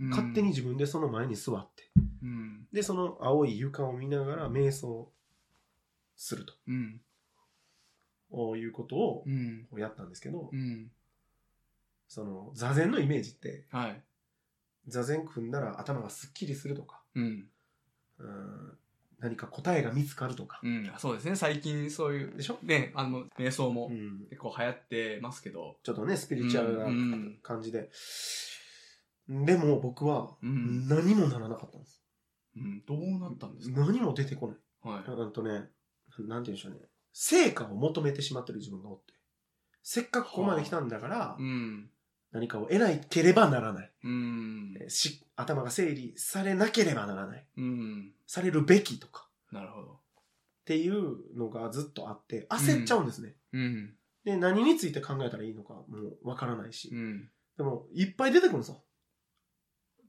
Speaker 1: うん
Speaker 2: 勝手に。自分でその前に座って、
Speaker 1: うん。
Speaker 2: で、その青い床を見ながら瞑想すると
Speaker 1: うん。
Speaker 2: こういうことを
Speaker 1: うん。
Speaker 2: やったんですけど、
Speaker 1: うん。
Speaker 2: その座禅のイメージって、
Speaker 1: はい。
Speaker 2: 座禅組んだら頭がすっきりするとか、
Speaker 1: うん。
Speaker 2: うーん何か答えが見つかるとか、
Speaker 1: うん。あそうですね。最近そういう、
Speaker 2: でしょ、
Speaker 1: ね、あの、瞑想も
Speaker 2: うん
Speaker 1: 結構流行ってますけど。
Speaker 2: ちょっとね、スピリチュアル
Speaker 1: うんう
Speaker 2: なん感じで。でも僕は
Speaker 1: うん
Speaker 2: 何もならなかったんです。
Speaker 1: うん。どうなったんですか
Speaker 2: 何も出てこない。
Speaker 1: はい。
Speaker 2: なんとね、なんて言うんでしょうね。成果を求めてしまってる自分がおって。せっかくここまで来たんだから
Speaker 1: う、ん。
Speaker 2: 何かを得ないければならない。
Speaker 1: うん。
Speaker 2: えーし頭が整理されなければならない
Speaker 1: うん。
Speaker 2: されるべきとか
Speaker 1: なるほど。
Speaker 2: っていうのがずっとあって焦っちゃうんですね、
Speaker 1: うん。
Speaker 2: で何について考えたらいいのかもうわからないし、
Speaker 1: うん。
Speaker 2: でもいっぱい出てくるんですよ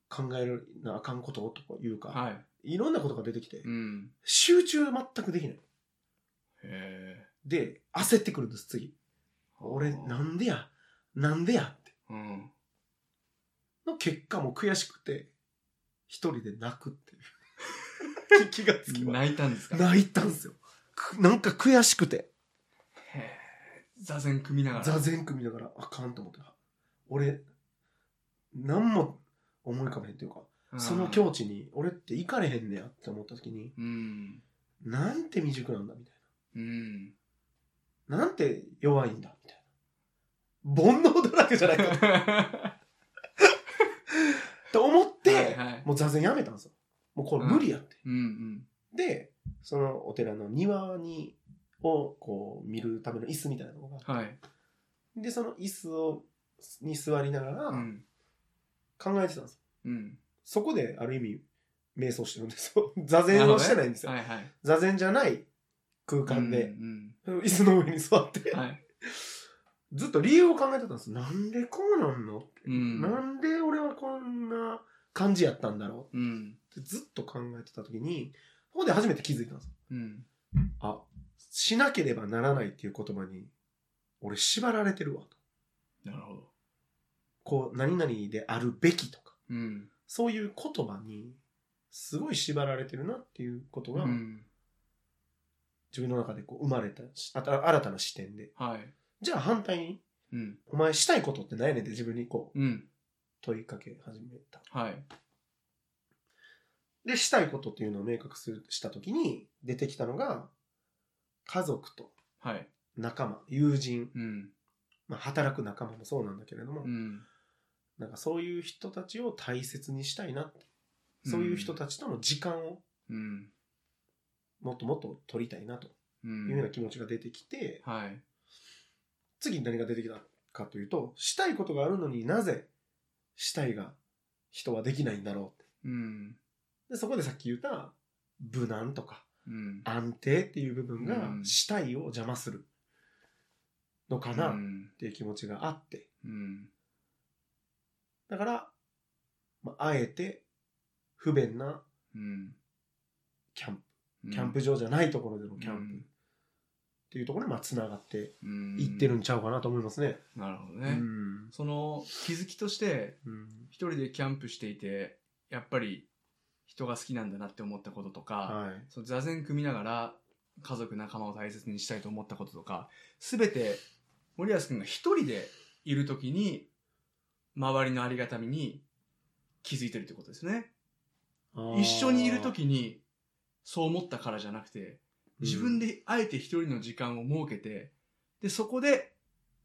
Speaker 2: 考えるなあかんことというか、
Speaker 1: はい。
Speaker 2: い、ろんなことが出てきて、
Speaker 1: うん。
Speaker 2: 集中全くできない
Speaker 1: へ
Speaker 2: で焦ってくるんです次
Speaker 1: ー
Speaker 2: 俺なんでやなんでやって
Speaker 1: うん。
Speaker 2: の結果もう悔しくて一人で泣くって
Speaker 1: [LAUGHS]
Speaker 2: いう気がつきます
Speaker 1: 泣いたんですか
Speaker 2: 泣いたんですよ。くなんか悔しくて、
Speaker 1: へえ。座禅組みながら。
Speaker 2: 座禅組みながら、あかんと思って、俺、なんも思い浮かべへんというか、
Speaker 1: うん
Speaker 2: その境地に俺って行かれへんねやって思った時に、
Speaker 1: うん。
Speaker 2: なんて未熟なんだみたい
Speaker 1: う
Speaker 2: [LAUGHS]
Speaker 1: ん。
Speaker 2: な。なんて弱いんだみたいな。煩悩だらけじゃな
Speaker 1: [LAUGHS]
Speaker 2: いかと思って、
Speaker 1: はいはい
Speaker 2: もう座禅やめたんですよ。もうこれ無理やって。
Speaker 1: うん
Speaker 2: で、そのお寺の庭に、をこう見るための椅子みたいなのがあって
Speaker 1: うん。はい。
Speaker 2: で、その椅子を、に座りながら
Speaker 1: うん。
Speaker 2: 考えてたんです。
Speaker 1: うん。
Speaker 2: そこで、ある意味、瞑想してるんですよ。 [LAUGHS] 座禅をしてないんですよ。
Speaker 1: はいはい。
Speaker 2: 座禅じゃない空間で、
Speaker 1: うん
Speaker 2: [LAUGHS] 椅子の上に座って、
Speaker 1: うん。はい。
Speaker 2: ずっと理由を考えてたんです。なんでこうなんの、
Speaker 1: うん。
Speaker 2: なんで俺はこんな感じやったんだろ
Speaker 1: うん。
Speaker 2: うってずっと考えてた時に、ここで初めて気づいたんです。
Speaker 1: うん。
Speaker 2: あ、しなければならないっていう言葉に、俺縛られてるわと。
Speaker 1: なるほど。
Speaker 2: こう、何々であるべきとか。
Speaker 1: うん。
Speaker 2: そういう言葉にすごい縛られてるなっていうこと
Speaker 1: う
Speaker 2: が、
Speaker 1: ん。
Speaker 2: 自分の中でこう生まれたしあた新たな視点で。
Speaker 1: はい。
Speaker 2: じゃあ反対に、
Speaker 1: うん。
Speaker 2: お前したいことって何やねんって自分にこう
Speaker 1: うん。
Speaker 2: 問いかけ始めた。
Speaker 1: はい。
Speaker 2: で、したいことっていうのを明確するしたときに出てきたのが、家族と
Speaker 1: はい。
Speaker 2: 仲間、友人、
Speaker 1: うん。
Speaker 2: まあ、働く仲間もそうなんだけれども、
Speaker 1: うん。
Speaker 2: なんかそういう人たちを大切にしたいなって。そういう人たちとの時間を
Speaker 1: うん。
Speaker 2: もっともっと取りたいなと
Speaker 1: うん。
Speaker 2: いうような気持ちが出てきて、
Speaker 1: はい。
Speaker 2: 次に何が出てきたかというと、したいことがあるのになぜしたいが人はできないんだろうって
Speaker 1: うん。
Speaker 2: で、そこでさっき言った、無難とか
Speaker 1: うん。
Speaker 2: 安定っていう部分が
Speaker 1: うん
Speaker 2: 死体を邪魔するのかなっていう気持ちがあって、
Speaker 1: うん。
Speaker 2: だから、まあ、あえて不便な
Speaker 1: うん。
Speaker 2: キャン
Speaker 1: うん
Speaker 2: プ、キャンプ場じゃないところでの
Speaker 1: うん
Speaker 2: キャンプっていうところにまあつながって
Speaker 1: うん
Speaker 2: いってるんちゃうかなと思いますね。
Speaker 1: なるほど
Speaker 2: う
Speaker 1: ね。
Speaker 2: ん。
Speaker 1: その気づきとして、
Speaker 2: うん
Speaker 1: 一人でキャンプしていて、やっぱり人が好きなんだなって思ったこととか、
Speaker 2: はい。
Speaker 1: その座禅組みながら家族仲間を大切にしたいと思ったこととか全て森保君が一人でいる時に周りのありがたみに気づいてるってことですね
Speaker 2: あー
Speaker 1: 一緒にいる時にそう思ったからじゃなくて自分、であえて一人の時間を設けてでそこで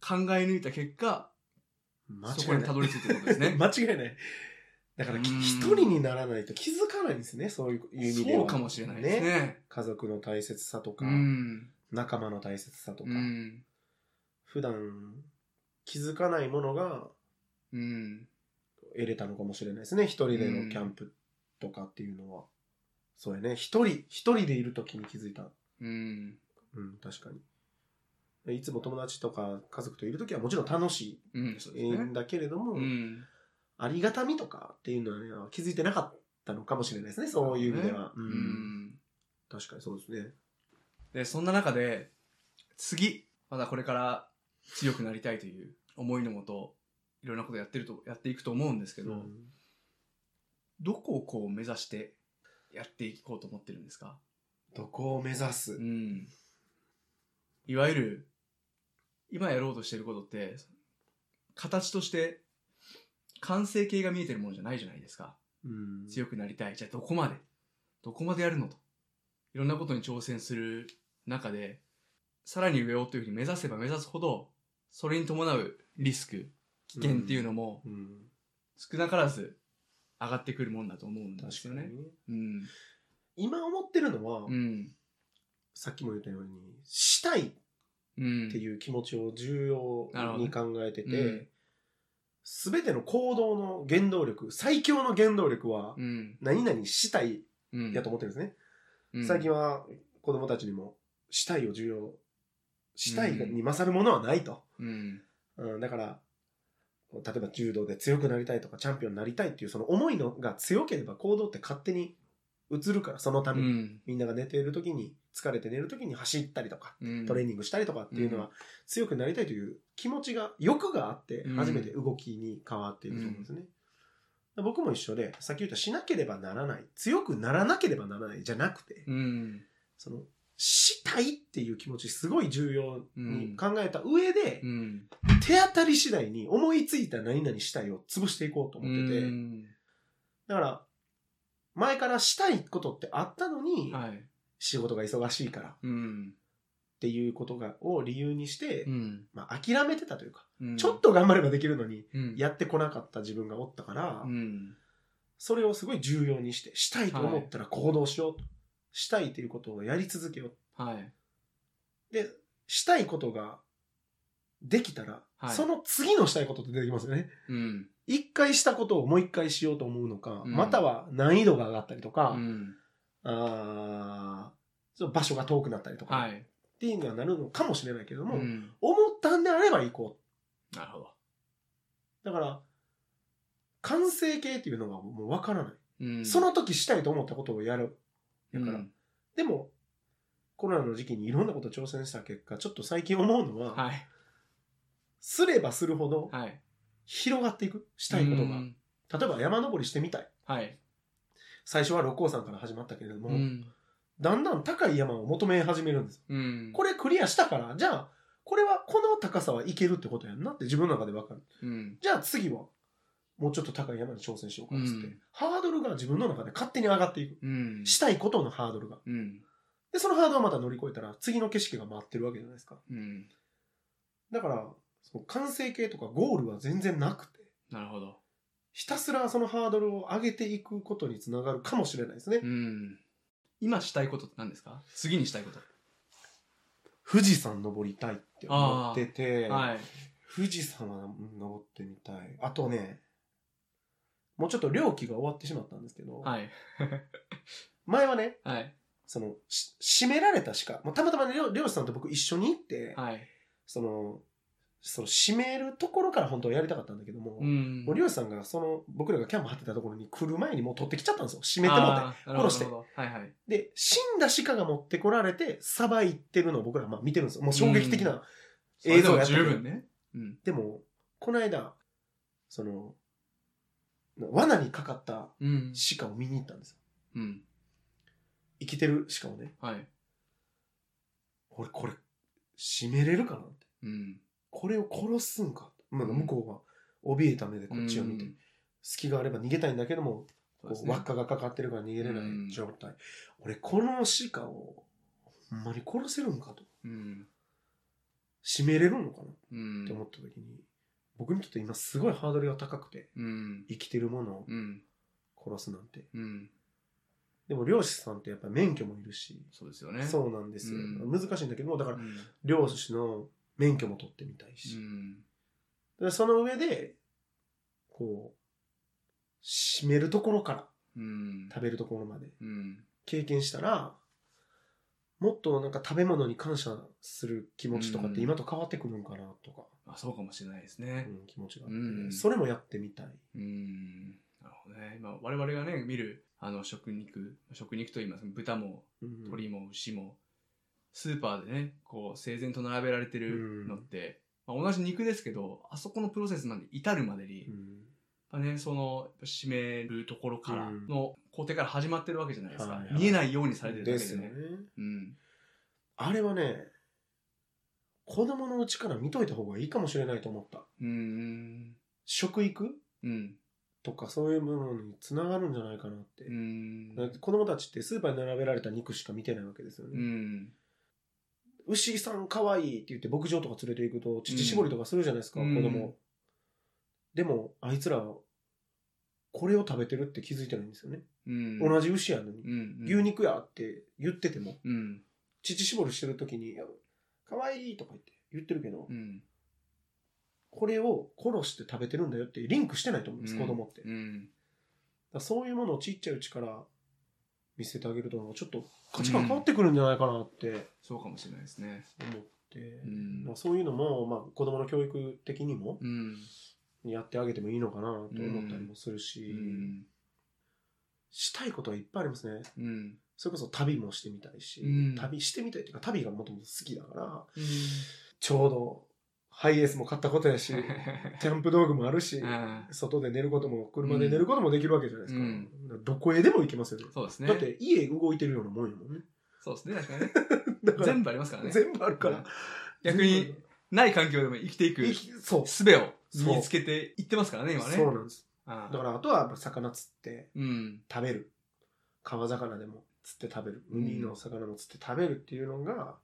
Speaker 1: 考え抜いた結果
Speaker 2: うん間違
Speaker 1: そ
Speaker 2: い
Speaker 1: こ
Speaker 2: ない
Speaker 1: にたどり着いたってことですね
Speaker 2: [LAUGHS] 間違いない。だからき、
Speaker 1: うん
Speaker 2: 一人にならないと気づかないんですね、そういう意味では。
Speaker 1: そうかもしれないですね。
Speaker 2: 家族の大切さとか、
Speaker 1: うん
Speaker 2: 仲間の大切さとか、
Speaker 1: うん
Speaker 2: 普段気づかないものが
Speaker 1: うん
Speaker 2: 得れたのかもしれないですね、一人でのキャンプとかっていうのは。そうやね、一人、一人でいるときに気づいた。
Speaker 1: うん
Speaker 2: うん、確かに。いつも友達とか家族といるときはもちろん楽し
Speaker 1: うんそうで
Speaker 2: い
Speaker 1: すね
Speaker 2: んだけれども、
Speaker 1: うん
Speaker 2: ありがたみとかっていうのはね、気づいてなかったのかもしれないですね、そういう意味では。う
Speaker 1: うんん
Speaker 2: 確かにそうですね。
Speaker 1: で、そんな中で、次、まだこれから強くなりたいという思いのもと、いろんなことやってると、やっていくと思うんですけ
Speaker 2: け
Speaker 1: ど、
Speaker 2: ど
Speaker 1: どこをこう目指してやっていこうと思ってるんですか
Speaker 2: どこを目指す、
Speaker 1: うん。いわゆる、今やろうとしてることって、形として完成形が見えてるものじゃないじゃないですか。
Speaker 2: うん
Speaker 1: 強くなりたい。じゃあどこまでどこまでやるのと。いろんなことに挑戦する中で、さらに上をというふうに目指せば目指すほど、それに伴うリスク、危険っていうのも
Speaker 2: うん
Speaker 1: 少なからず上がってくるもんだと思うんです
Speaker 2: 確
Speaker 1: よ
Speaker 2: か
Speaker 1: ね
Speaker 2: に。
Speaker 1: うん。
Speaker 2: 今思ってるのは、
Speaker 1: うん。
Speaker 2: さっきも言ったようにしたいっ
Speaker 1: うん。
Speaker 2: て
Speaker 1: う。
Speaker 2: いう気持ちを重要
Speaker 1: なるほど
Speaker 2: に考えてて、
Speaker 1: うん
Speaker 2: 全ての行動の原動力最強の原動力は
Speaker 1: うん。
Speaker 2: 何々したい
Speaker 1: うん。
Speaker 2: やと思ってるんですね、
Speaker 1: うん、
Speaker 2: 最近は子供たちにもしたいを重要したい
Speaker 1: うん
Speaker 2: に勝るものはないと、
Speaker 1: うん。
Speaker 2: うん、だから、こう例えば柔道で強くなりたいとか、チャンピオンになりたいっていう、その思いのが強ければ行動って勝手に移るから、そのた
Speaker 1: う
Speaker 2: めに、
Speaker 1: ん。
Speaker 2: みんなが寝ている時に、疲れて寝る時に走ったりとか、
Speaker 1: うん。
Speaker 2: トレーニングしたりとかっていうのは、
Speaker 1: う
Speaker 2: 強くなりたいという気持ちが、欲があって
Speaker 1: う、ん
Speaker 2: 初めて動きに変わっていると思うんですね。僕も一緒で、さっき言ったしなければならない、強くならなければならないじゃなくて、
Speaker 1: うん。
Speaker 2: その、したいっていう気持ちすごい重要に考えた上で、
Speaker 1: うん。
Speaker 2: 手当たり次第に思いついた何々したいを潰していこうと思ってて、
Speaker 1: うん
Speaker 2: だから、前からしたいことってあったのに、
Speaker 1: はい。
Speaker 2: 仕事が忙しいからっ
Speaker 1: うん。
Speaker 2: ていうことが、を理由にして、
Speaker 1: うん。
Speaker 2: まあ諦めてたというか、
Speaker 1: うん
Speaker 2: ちょっ、と頑張ればできるのに、
Speaker 1: うん、
Speaker 2: やってこなかった自分がおったから、
Speaker 1: うん。
Speaker 2: それをすごい重要にして、したいと思ったら行動しようと。したいということをやり続けよう。
Speaker 1: はい。
Speaker 2: で、したいことができたら、
Speaker 1: はい
Speaker 2: その次のしたいことって出てきますよね。
Speaker 1: うん。
Speaker 2: 一回したことをもう一回しようと思うのか、
Speaker 1: うん
Speaker 2: または難易度が上がったりとか、
Speaker 1: うん。
Speaker 2: あーそう場所が遠くなったりとか、
Speaker 1: はい。
Speaker 2: っていうのはなるのかもしれないけども、
Speaker 1: うん
Speaker 2: 思ったんであれば行こ
Speaker 1: なるほど。
Speaker 2: う。だから、完成形っていうのがもうわからない、
Speaker 1: うん
Speaker 2: その時したいと思ったことをやる。だから、
Speaker 1: うん
Speaker 2: でも、コロナの時期にいろんなこと挑戦した結果、ちょっと最近思うのは、
Speaker 1: はい。
Speaker 2: すればするほど
Speaker 1: はい。
Speaker 2: 広がっていく、したいことが。
Speaker 1: うん
Speaker 2: 例えば山登りしてみたい。
Speaker 1: はい。
Speaker 2: 最初は六甲山から始まったけれども、
Speaker 1: うん。
Speaker 2: だんだん高い山を求め始めるんです。
Speaker 1: うん。
Speaker 2: これクリアしたから、じゃあ、これは、この高さはいけるってことやんなって自分の中で分かる。
Speaker 1: うん。
Speaker 2: じゃあ次は、もうちょっと高い山に挑戦しようかっつっ
Speaker 1: う
Speaker 2: て、
Speaker 1: ん
Speaker 2: ハードルが自分の中で勝手に上がっていく。
Speaker 1: うん。
Speaker 2: したいことのハードルが。
Speaker 1: うん。
Speaker 2: で、そのハードルをまた乗り越えたら、次の景色が待ってるわけじゃないですか。
Speaker 1: うん。
Speaker 2: だから、その完成形とかゴールは全然なくて、
Speaker 1: なるほど。
Speaker 2: ひたすらそのハードルを上げていくことにつながるかもしれないですね。
Speaker 1: うん。今したいことって何ですか次にしたいこと。
Speaker 2: 富士山登りたいって思ってて、
Speaker 1: はい。
Speaker 2: 富士山は登ってみたい。あとね、もうちょっと漁期が終わってしまったんですけど、
Speaker 1: はい。
Speaker 2: 前はね、
Speaker 1: はい。
Speaker 2: その、し閉められた鹿。もうたまたまね、漁漁師さんと僕一緒に行って、
Speaker 1: はい。
Speaker 2: その、その閉めるところから本当はやりたかったんだけども、
Speaker 1: ん
Speaker 2: もう漁師さんがその、僕らがキャンプ張ってたところに来る前にもう取ってきちゃったんですよ。閉めてもらって。
Speaker 1: あーなるほど
Speaker 2: 殺して
Speaker 1: なるほどはいはい。
Speaker 2: で、死んだ鹿が持ってこられて、さばいてるのを僕らはまあ見てるんですよ。もう衝撃的な。映
Speaker 1: 映
Speaker 2: 像
Speaker 1: 像
Speaker 2: や
Speaker 1: は
Speaker 2: ってる
Speaker 1: 十分ね。うん。
Speaker 2: でも、この間、その、罠にかかった
Speaker 1: うん。
Speaker 2: 鹿を見に行ったんですよ。
Speaker 1: うん。
Speaker 2: 生きてる鹿をね。
Speaker 1: はい。
Speaker 2: 俺、これ、閉めれるかなって。
Speaker 1: うん。
Speaker 2: これを殺すんか。まあ、
Speaker 1: うん
Speaker 2: 向こうは、怯えた目でこっちを見て、
Speaker 1: うん
Speaker 2: 隙があれば逃げたいんだけども、
Speaker 1: そうです
Speaker 2: こう
Speaker 1: ね
Speaker 2: 輪っかがかかってるから逃げれな
Speaker 1: うん
Speaker 2: い状態。俺、この鹿を、ほんまに殺せるんかと。
Speaker 1: うん。
Speaker 2: 閉めれるのかな
Speaker 1: う
Speaker 2: って思
Speaker 1: ん。
Speaker 2: った時に、僕にとって今すごいハードルが高くて、
Speaker 1: うん。
Speaker 2: 生きてるものを
Speaker 1: うん。
Speaker 2: 殺すなんて。
Speaker 1: うん。
Speaker 2: でも漁師さんってやっぱ免許もいるし、
Speaker 1: そうですよね。
Speaker 2: そうなんですよ。
Speaker 1: うん
Speaker 2: 難しいんだけども、だか
Speaker 1: う
Speaker 2: ら
Speaker 1: ん。
Speaker 2: 漁師の免許も取ってみたいうし、
Speaker 1: ん。
Speaker 2: でその上で、こう、締めるところから
Speaker 1: うん。
Speaker 2: 食べるところまで
Speaker 1: うん。
Speaker 2: 経験したら、もっとなんか食べ物に感謝する気持ちとかって
Speaker 1: うん
Speaker 2: 今と変わってくるんかなとか、
Speaker 1: あ、そうかもしれないです
Speaker 2: う
Speaker 1: ね。
Speaker 2: ん気持ちがあっ
Speaker 1: うん
Speaker 2: て、それもやってみたい。
Speaker 1: うん。なるほどね。今、我々がね、見る、あの、食肉、食肉といいますか豚も、
Speaker 2: うん
Speaker 1: 鳥も、牛も、スーパーでね、こう、整然と並べられてるのって、まあ、同じ肉ですけど、あそこのプロセスなんで至るまでに、
Speaker 2: うん
Speaker 1: やっぱね、その、やっぱ締めるところから
Speaker 2: うん
Speaker 1: の工程から始まってるわけじゃないですか。
Speaker 2: はいはい
Speaker 1: 見えないようにされてるだけ
Speaker 2: で
Speaker 1: ですね。
Speaker 2: よね。
Speaker 1: うん。
Speaker 2: あれはね、子供のうちから見といた方がいいかもしれないと思った。
Speaker 1: うん。
Speaker 2: 食育
Speaker 1: うん。
Speaker 2: とかそういうものにつながるんじゃないかなって。
Speaker 1: うん。
Speaker 2: だって子供たちってスーパーに並べられた肉しか見てないわけですよね。
Speaker 1: うん。
Speaker 2: 牛さんかわいいって言って牧場とか連れて行くと乳搾りとかするじゃないですか、
Speaker 1: うん
Speaker 2: 子供。でもあいつらこれを食べてるって気づいてないんですよね。
Speaker 1: うん。
Speaker 2: 同じ牛やのに、
Speaker 1: うん。
Speaker 2: 牛肉やって言ってても
Speaker 1: うん。
Speaker 2: 乳搾りしてる時にいや「かわいい」とか言って言ってるけど、
Speaker 1: うん。
Speaker 2: これを殺して食べてるんだよってリンクしてないと思うんです、
Speaker 1: うん
Speaker 2: 子供って。だか
Speaker 1: うん。
Speaker 2: らそういうものをちっちゃいうちから見せてあげると、ちょっと価値観変わってくるんじゃないかなって
Speaker 1: そうかもしれないですね。
Speaker 2: 思って、
Speaker 1: うん
Speaker 2: だからそういうのも、まあ、子供の教育的にも
Speaker 1: うん。
Speaker 2: やってあげてもいいのかなと思ったりもするし、
Speaker 1: うん。
Speaker 2: したいことはいっぱいありますね。
Speaker 1: うん。
Speaker 2: それこそ旅もしてみたいし、
Speaker 1: うん
Speaker 2: 旅してみたいっていうか、旅がもともと好きだから、ちょうどハイエースも買ったことやし、キャンプ道具もあるし、
Speaker 1: うん
Speaker 2: 外で寝ることも車で寝ることもできるわけじゃないですか、
Speaker 1: うん
Speaker 2: どこへでも行けますよね
Speaker 1: そうですね。
Speaker 2: だって家動いてるようなもんやもんね
Speaker 1: そうですね、確かにね。
Speaker 2: だから
Speaker 1: 全部ありますからね。
Speaker 2: 全部あるから
Speaker 1: 逆に、ない環境でも生きていく
Speaker 2: 全部生きそう
Speaker 1: 術を身につけていってますからね、今ね。
Speaker 2: そうなんです
Speaker 1: あ
Speaker 2: だ
Speaker 1: あ
Speaker 2: からあとはやっぱ魚釣って
Speaker 1: うん。
Speaker 2: 食べる川魚でも釣って食べる
Speaker 1: うん
Speaker 2: 海の魚も釣って食べるっていうのが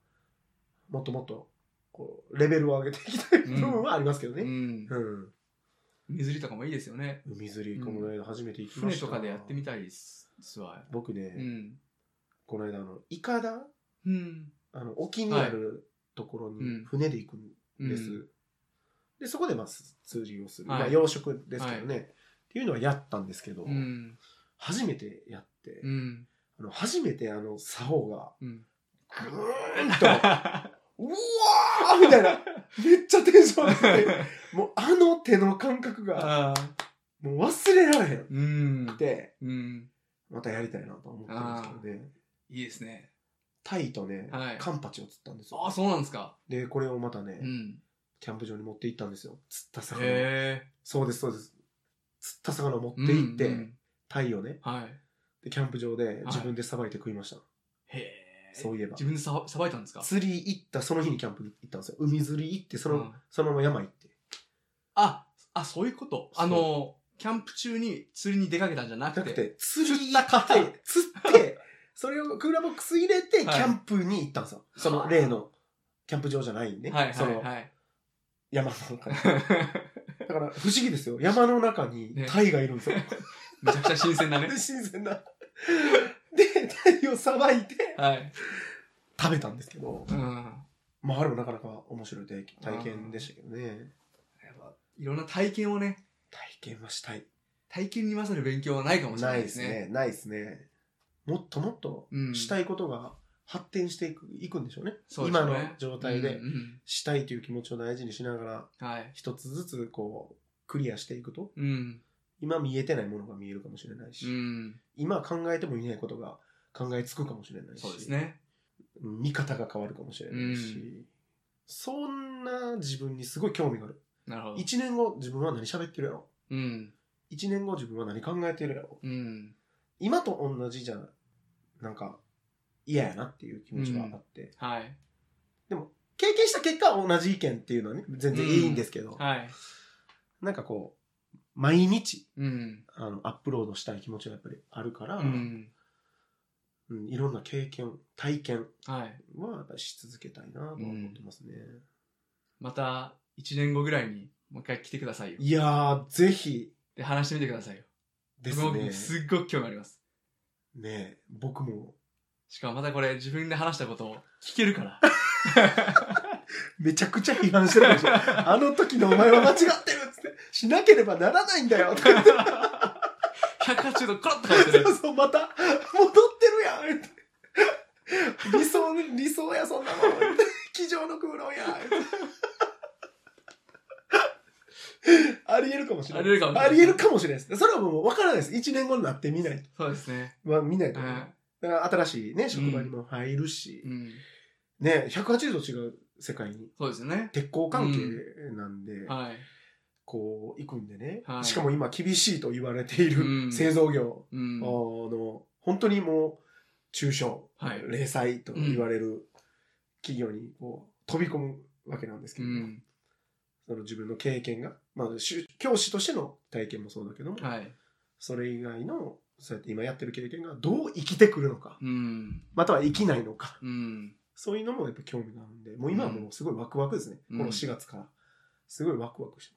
Speaker 2: もっともっとこうレベルを上げていきたい部分はありますけど
Speaker 1: う
Speaker 2: ね
Speaker 1: ん
Speaker 2: う。ん、
Speaker 1: 水りとかもいいですよね。
Speaker 2: 海釣りこの間初めて行きま
Speaker 1: 船
Speaker 2: した
Speaker 1: とかでやってみたいですですわ。
Speaker 2: 僕ね、
Speaker 1: うん。
Speaker 2: この間あのイカダ
Speaker 1: うん。
Speaker 2: あの沖にあるところ
Speaker 1: う
Speaker 2: に
Speaker 1: ん
Speaker 2: 船で行くん
Speaker 1: うん
Speaker 2: です。で、そこでまあす釣りをする。
Speaker 1: はい
Speaker 2: まあ養殖ですけどね、っていうのはやったんですけど、
Speaker 1: うん。
Speaker 2: 初めてやって、
Speaker 1: うん。
Speaker 2: あの初めてあの、竿が、
Speaker 1: うん。
Speaker 2: ぐ
Speaker 1: [LAUGHS]
Speaker 2: ーんと、うわーみたいな、めっちゃテンション上がって、
Speaker 1: [LAUGHS]
Speaker 2: もうあの手の感覚が、
Speaker 1: ああ。
Speaker 2: もう忘れられへん
Speaker 1: うん。
Speaker 2: くて、
Speaker 1: うん。
Speaker 2: またやりたいなと思ってるんですけどね。
Speaker 1: いいですね。
Speaker 2: タイとね、
Speaker 1: はい
Speaker 2: カンパチを釣ったんです
Speaker 1: ああ、
Speaker 2: よ。
Speaker 1: そうなんですか。
Speaker 2: で、これをまたね、
Speaker 1: うん。
Speaker 2: キャンプ場に持って行ったんですよ。釣った魚を。
Speaker 1: へえ。
Speaker 2: そうです、そうです。釣った魚を持って行って、
Speaker 1: うんうん
Speaker 2: タイをね、
Speaker 1: はい。
Speaker 2: でキャンプ場で自分でさばいて食いました。
Speaker 1: へえ。
Speaker 2: そういえば
Speaker 1: 自。分でささばいたんですか
Speaker 2: 釣り行った、その日にキャンプ行ったんですよ。海釣り行って、その、
Speaker 1: うん
Speaker 2: そのまま山行って。
Speaker 1: あ、あ、そういうこと。
Speaker 2: そう
Speaker 1: あの、キャンプ中に釣りに出かけたんじゃな
Speaker 2: な
Speaker 1: く
Speaker 2: く
Speaker 1: て。
Speaker 2: て、釣り
Speaker 1: 釣
Speaker 2: 行
Speaker 1: っ
Speaker 2: った
Speaker 1: 方
Speaker 2: て、釣
Speaker 1: [LAUGHS]
Speaker 2: って、それをクーラーボックス入れて、キ
Speaker 1: はい
Speaker 2: ャンプに行ったんですよ。その例の、キャンプ場じゃないんで、
Speaker 1: はい
Speaker 2: そ
Speaker 1: はい
Speaker 2: の
Speaker 1: はい。
Speaker 2: 山の中に。だから不思議ですよ。山の中に
Speaker 1: ね
Speaker 2: タイがいるんです
Speaker 1: [LAUGHS]
Speaker 2: よ。
Speaker 1: [LAUGHS] めちゃくちゃ新鮮だね
Speaker 2: で。新鮮な。で、タイをさばいて、
Speaker 1: はい。
Speaker 2: 食べたんですけど、
Speaker 1: うん。や
Speaker 2: まあ、あれもなかなか面白い体験体験でしたけどね。
Speaker 1: っぱいろんな体験をね、
Speaker 2: 体験はしたい。
Speaker 1: 体験に勝る勉強はないかもしれ
Speaker 2: な
Speaker 1: ないい
Speaker 2: で
Speaker 1: ですすね。
Speaker 2: ね。ないですね。もっともっと
Speaker 1: うん
Speaker 2: したいことが発展していく,、いくんでしょうね
Speaker 1: そうでし
Speaker 2: 今
Speaker 1: ょう
Speaker 2: の
Speaker 1: ね
Speaker 2: 状態で
Speaker 1: うんうん
Speaker 2: したいという気持ちを大事にしながら
Speaker 1: はい。
Speaker 2: 一つずつこうクリアしていくと
Speaker 1: うん。
Speaker 2: 今見えてないものが見えるかもしれないうし、
Speaker 1: ん。
Speaker 2: 今考えてもいないことが考えつくかもしれないし
Speaker 1: そうですね。
Speaker 2: うん見方が変わるかもしれないし、
Speaker 1: う
Speaker 2: そんな自分にすごい興味がある
Speaker 1: なるほど。
Speaker 2: 1年後自分は何喋ってるやろ
Speaker 1: うん。
Speaker 2: 1年後自分は何考えてるやろ
Speaker 1: うん。
Speaker 2: 今と同じじゃなんか嫌やなっていう気持ちがあって、
Speaker 1: はい。
Speaker 2: 経験した結果同じ意見っていうのはね全然いいんですけど、
Speaker 1: はい。
Speaker 2: なんかこう毎日
Speaker 1: うん。
Speaker 2: あのアップロードしたい気持ちがやっぱりあるから、
Speaker 1: うん。
Speaker 2: うんいろんな経験体験
Speaker 1: はい。
Speaker 2: はやっぱりし続けたいなとは思ってますね、
Speaker 1: また、1年後ぐらいに、もう一回来てくださいよ。
Speaker 2: いやーぜひ
Speaker 1: で、話してみてくださいよ。
Speaker 2: です
Speaker 1: 僕
Speaker 2: ね
Speaker 1: もすっごく興味あります。
Speaker 2: ねえ僕も
Speaker 1: しかもまたこれ、自分で話したことを聞ける
Speaker 2: [LAUGHS]
Speaker 1: から。
Speaker 2: めちゃくちゃ批判してるでしょあの時のお前は間違ってるっつってしなければならないんだよとか言って
Speaker 1: 180度コロッと変わってる
Speaker 2: そ。 [LAUGHS] うそう、また、戻ってるやんって理想、理想や、そんなもん。 [LAUGHS] 机上の空論やってありえるかもしれない。
Speaker 1: ありえるかもしれない
Speaker 2: ありえるかもしれないです。それはもう分からないです。1年後になってみない。
Speaker 1: そうですね。
Speaker 2: は見ないと
Speaker 1: う
Speaker 2: 思う。
Speaker 1: ん。
Speaker 2: だから新しいね、職場にも入るし
Speaker 1: う、ん。
Speaker 2: ね、180度違う世界に。
Speaker 1: そうですよね。
Speaker 2: 鉄鋼関係なんで、
Speaker 1: はい。
Speaker 2: こう、行くんでね、
Speaker 1: はい
Speaker 2: しかも今厳しいと言われてい
Speaker 1: うん
Speaker 2: る製造業、
Speaker 1: うん。
Speaker 2: あの、本当にもう、中小、
Speaker 1: はい。
Speaker 2: 零細と言われる企業にこう飛び込むわけなんですけ
Speaker 1: う
Speaker 2: ど、
Speaker 1: ん。
Speaker 2: その自分の経験が、まあ、しゅ教師としての体験もそうだけども、
Speaker 1: はい。
Speaker 2: それ以外のそうやって今やってる経験がどう生きてくるのか
Speaker 1: うん。
Speaker 2: または生きないのか
Speaker 1: うん。
Speaker 2: そういうのもやっぱ興味があるんでもう今はもうすごいワクワクですね、
Speaker 1: うん
Speaker 2: この4月からすごいワクワクして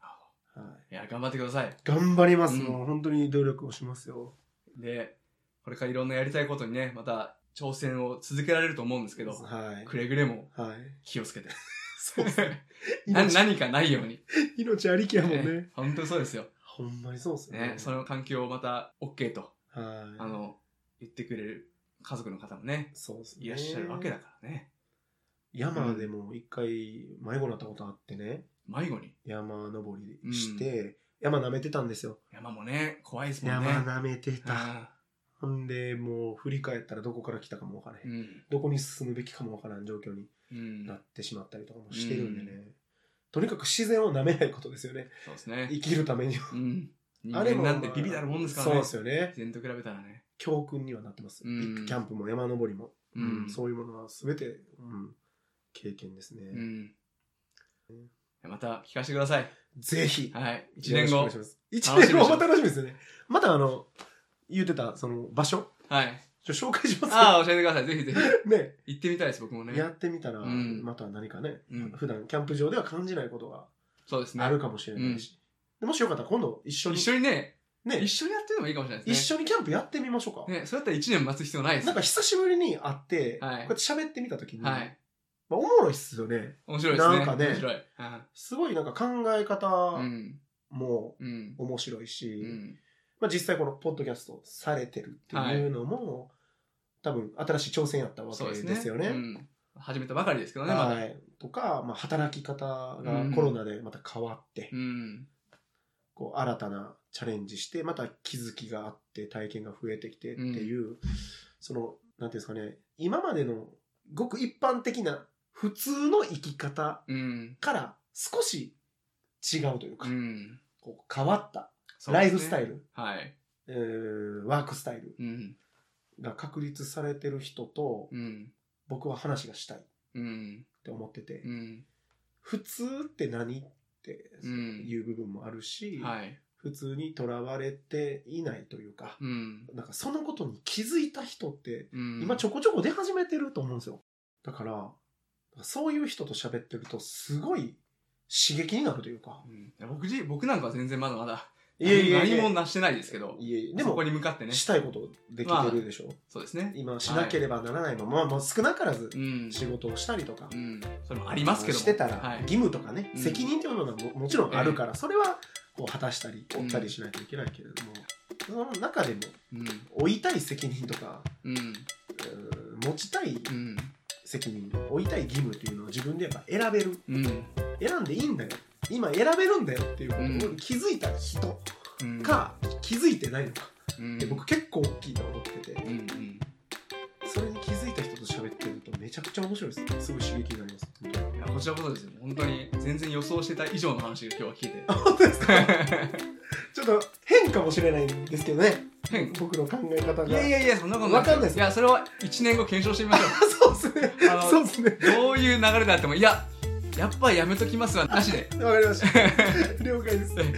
Speaker 2: ます、は
Speaker 1: い
Speaker 2: い、
Speaker 1: や、頑張ってください。
Speaker 2: 頑張ります、
Speaker 1: うん
Speaker 2: もう本当に努力をしますよ
Speaker 1: で、これからいろんなやりたいことにね、また挑戦を続けられると思うんですけど、
Speaker 2: はい
Speaker 1: くれぐれも
Speaker 2: はい
Speaker 1: 気をつけて。
Speaker 2: そうですね
Speaker 1: [LAUGHS] な
Speaker 2: 命
Speaker 1: 何かないように。
Speaker 2: 命ありきやもんね
Speaker 1: ね本当にそうですよ。
Speaker 2: ほんまにそうですよ
Speaker 1: ね、その環境をまた OK と、
Speaker 2: はい
Speaker 1: あの、言ってくれる家族の方もね、
Speaker 2: そうですね。
Speaker 1: いらっしゃるわけだからね。
Speaker 2: 山でも一回迷子になったことあってね、
Speaker 1: 迷子に。
Speaker 2: 山登りして、山舐めてたんですよ。
Speaker 1: 山もね、怖いですもんね。
Speaker 2: 山舐めてた。
Speaker 1: あ
Speaker 2: ほんで、もう振り返ったらどこから来たかもわからへ。
Speaker 1: ーうんん。
Speaker 2: どこに進むべきかもわからん状況に
Speaker 1: うん
Speaker 2: な。ってしまったりとかもしてるんでね。
Speaker 1: う
Speaker 2: とにかく自然を舐めないことですよね。
Speaker 1: そうですね。
Speaker 2: 生きるためには。
Speaker 1: うん。人
Speaker 2: あれ
Speaker 1: 間
Speaker 2: も
Speaker 1: なんてビビたるもんですからね。
Speaker 2: そうですよね。
Speaker 1: 自然と比べたらね。
Speaker 2: 教訓にはなってます。
Speaker 1: うん
Speaker 2: ビッグキャンプも山登りも。
Speaker 1: うん
Speaker 2: そういうものは全て、うん、経験ですね。
Speaker 1: うん。また聞かせてください。
Speaker 2: ぜひ。
Speaker 1: はい。1年後。
Speaker 2: 1年後も楽しみですね。またあの、言ってた、その場所、
Speaker 1: はい。
Speaker 2: ちょ紹介しますか
Speaker 1: ああ、教えてください。ぜひぜ
Speaker 2: らね。
Speaker 1: ひ。行ってみたいです、僕もね。
Speaker 2: やってみたら、
Speaker 1: うん
Speaker 2: また何かね、
Speaker 1: うん
Speaker 2: 普段キャンプ場では感じないことが
Speaker 1: そうですね
Speaker 2: あ。るかもしれないし。でもしよかったら今度一緒に、
Speaker 1: 一緒にね、
Speaker 2: ね、
Speaker 1: 一緒にやってるのもいいかもしれないで
Speaker 2: 一
Speaker 1: すね。
Speaker 2: 緒にキャンプやってみましょうか。
Speaker 1: ね、そうやったら1年待つ必要ないです
Speaker 2: なんか久しぶりに会って、
Speaker 1: はい
Speaker 2: こうやって喋ってみたときに、
Speaker 1: はい。
Speaker 2: まあ、おもろいっすよね。
Speaker 1: 面白いですね。
Speaker 2: なんかね
Speaker 1: 面白い。あ
Speaker 2: すごいなんか考
Speaker 1: あ
Speaker 2: え
Speaker 1: う
Speaker 2: 方
Speaker 1: ん。
Speaker 2: も
Speaker 1: うん。
Speaker 2: 面白いし、
Speaker 1: うん。
Speaker 2: まあ、実際このポッドキャストされてるっていうのも、多分新しい挑戦やったわけ
Speaker 1: そうですね。
Speaker 2: ですよね。
Speaker 1: うん。始めたばかりですけどね、ま
Speaker 2: は
Speaker 1: だ。
Speaker 2: い、とか、まあ、働き方
Speaker 1: う
Speaker 2: が
Speaker 1: ん
Speaker 2: コロナでまた変わって、
Speaker 1: うん。
Speaker 2: こう新たなチャレンジしてまた気づきがあって体験が増えてきてっていう、そのなんていうんですかね今までのごく一般的な普通の生き方
Speaker 1: うん。
Speaker 2: から少し違うというか、
Speaker 1: うん。
Speaker 2: こう変わった
Speaker 1: そう
Speaker 2: ラ
Speaker 1: で
Speaker 2: イ
Speaker 1: すね
Speaker 2: フスタイ。ル、
Speaker 1: はい。
Speaker 2: えーワークスタイル
Speaker 1: うん。
Speaker 2: が確立されてる人と
Speaker 1: うん。
Speaker 2: 僕は話がしたいっ
Speaker 1: うん。
Speaker 2: て思ってて、
Speaker 1: うん。
Speaker 2: 普通って何って
Speaker 1: うん
Speaker 2: いう部分もあるし、
Speaker 1: はい。
Speaker 2: 普通にとらわれていないというか、
Speaker 1: うん。
Speaker 2: なんかそのことに気づいた人って、
Speaker 1: うん。
Speaker 2: 今ちょこちょこ出始めてると思うんですよ。だから、そういう人と喋ってると、すごい刺激になるというか。
Speaker 1: うん僕じ、僕なんかは全然まだまだ、
Speaker 2: いえいえいえ
Speaker 1: 何もなしてないですけど、
Speaker 2: いえいえで
Speaker 1: でも、そ
Speaker 2: も
Speaker 1: こ、に向かってね、
Speaker 2: したいことできてるでしょ。
Speaker 1: そうですね。
Speaker 2: 今、しなければならないの、まあ、まあ少なからず
Speaker 1: うん。
Speaker 2: 仕事をしたりとか
Speaker 1: う、ん。それもありますけども。
Speaker 2: してたら、
Speaker 1: はい
Speaker 2: 義務とかね、
Speaker 1: うん
Speaker 2: 責任というのがももちろんあるから、それはこう果たしたり、負ったりしないといけないけれども、その中でも
Speaker 1: うん
Speaker 2: 負いたい責任とか、
Speaker 1: うん
Speaker 2: うん持ちたい
Speaker 1: うん
Speaker 2: 責任負いたい義務っていうのを自分でやっぱ選べる
Speaker 1: うん
Speaker 2: 選んでいいんだよ今選べるんだよっていうことを気づいた人
Speaker 1: うん
Speaker 2: か、気づいてないのか
Speaker 1: うん
Speaker 2: で僕結構大きいと思ってて
Speaker 1: うんうん
Speaker 2: それに気づいた人と喋ってるとめちゃくちゃ面白いですすごい刺激に
Speaker 1: [LAUGHS]
Speaker 2: なります本当に
Speaker 1: いやこちらこそですよ本当に全然予想してた以上の話が今日は
Speaker 2: あ本当ですか
Speaker 1: 聞いて
Speaker 2: ちょっと変かもしれないんですけどね [LAUGHS]
Speaker 1: 変
Speaker 2: 僕の考え方が
Speaker 1: [LAUGHS] いやいやいやそんなことない
Speaker 2: わかんないです
Speaker 1: いやそれは1年後検証してみましょう
Speaker 2: あそうっすね
Speaker 1: あの
Speaker 2: そうっすね
Speaker 1: どういう流れであってもいややっぱやめときますはなしで
Speaker 2: わかりまし
Speaker 1: [LAUGHS]
Speaker 2: た了解です
Speaker 1: はい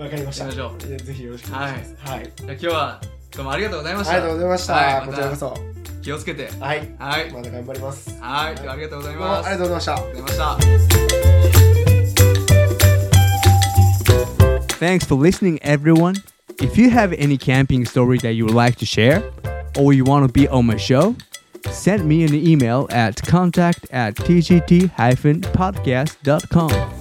Speaker 2: わかりました
Speaker 1: やりましょ
Speaker 2: いやぜひよろしくお願いしますはい、
Speaker 1: じゃあ今日はどうもありがとうございまし
Speaker 2: ありがとう
Speaker 1: た
Speaker 2: ございました、
Speaker 1: はいま
Speaker 2: こ
Speaker 1: た
Speaker 2: ちらこそ
Speaker 1: 気をつけて
Speaker 2: はい
Speaker 1: はい
Speaker 2: また頑張ります
Speaker 1: はいではありがとうござい
Speaker 2: どうも
Speaker 1: ます
Speaker 2: ありがとうございました
Speaker 1: ありがとうございました Thanks for listening everyone If you have any camping story that you would like to share or you want to be on my show send me an email at contact at tgt-podcast.com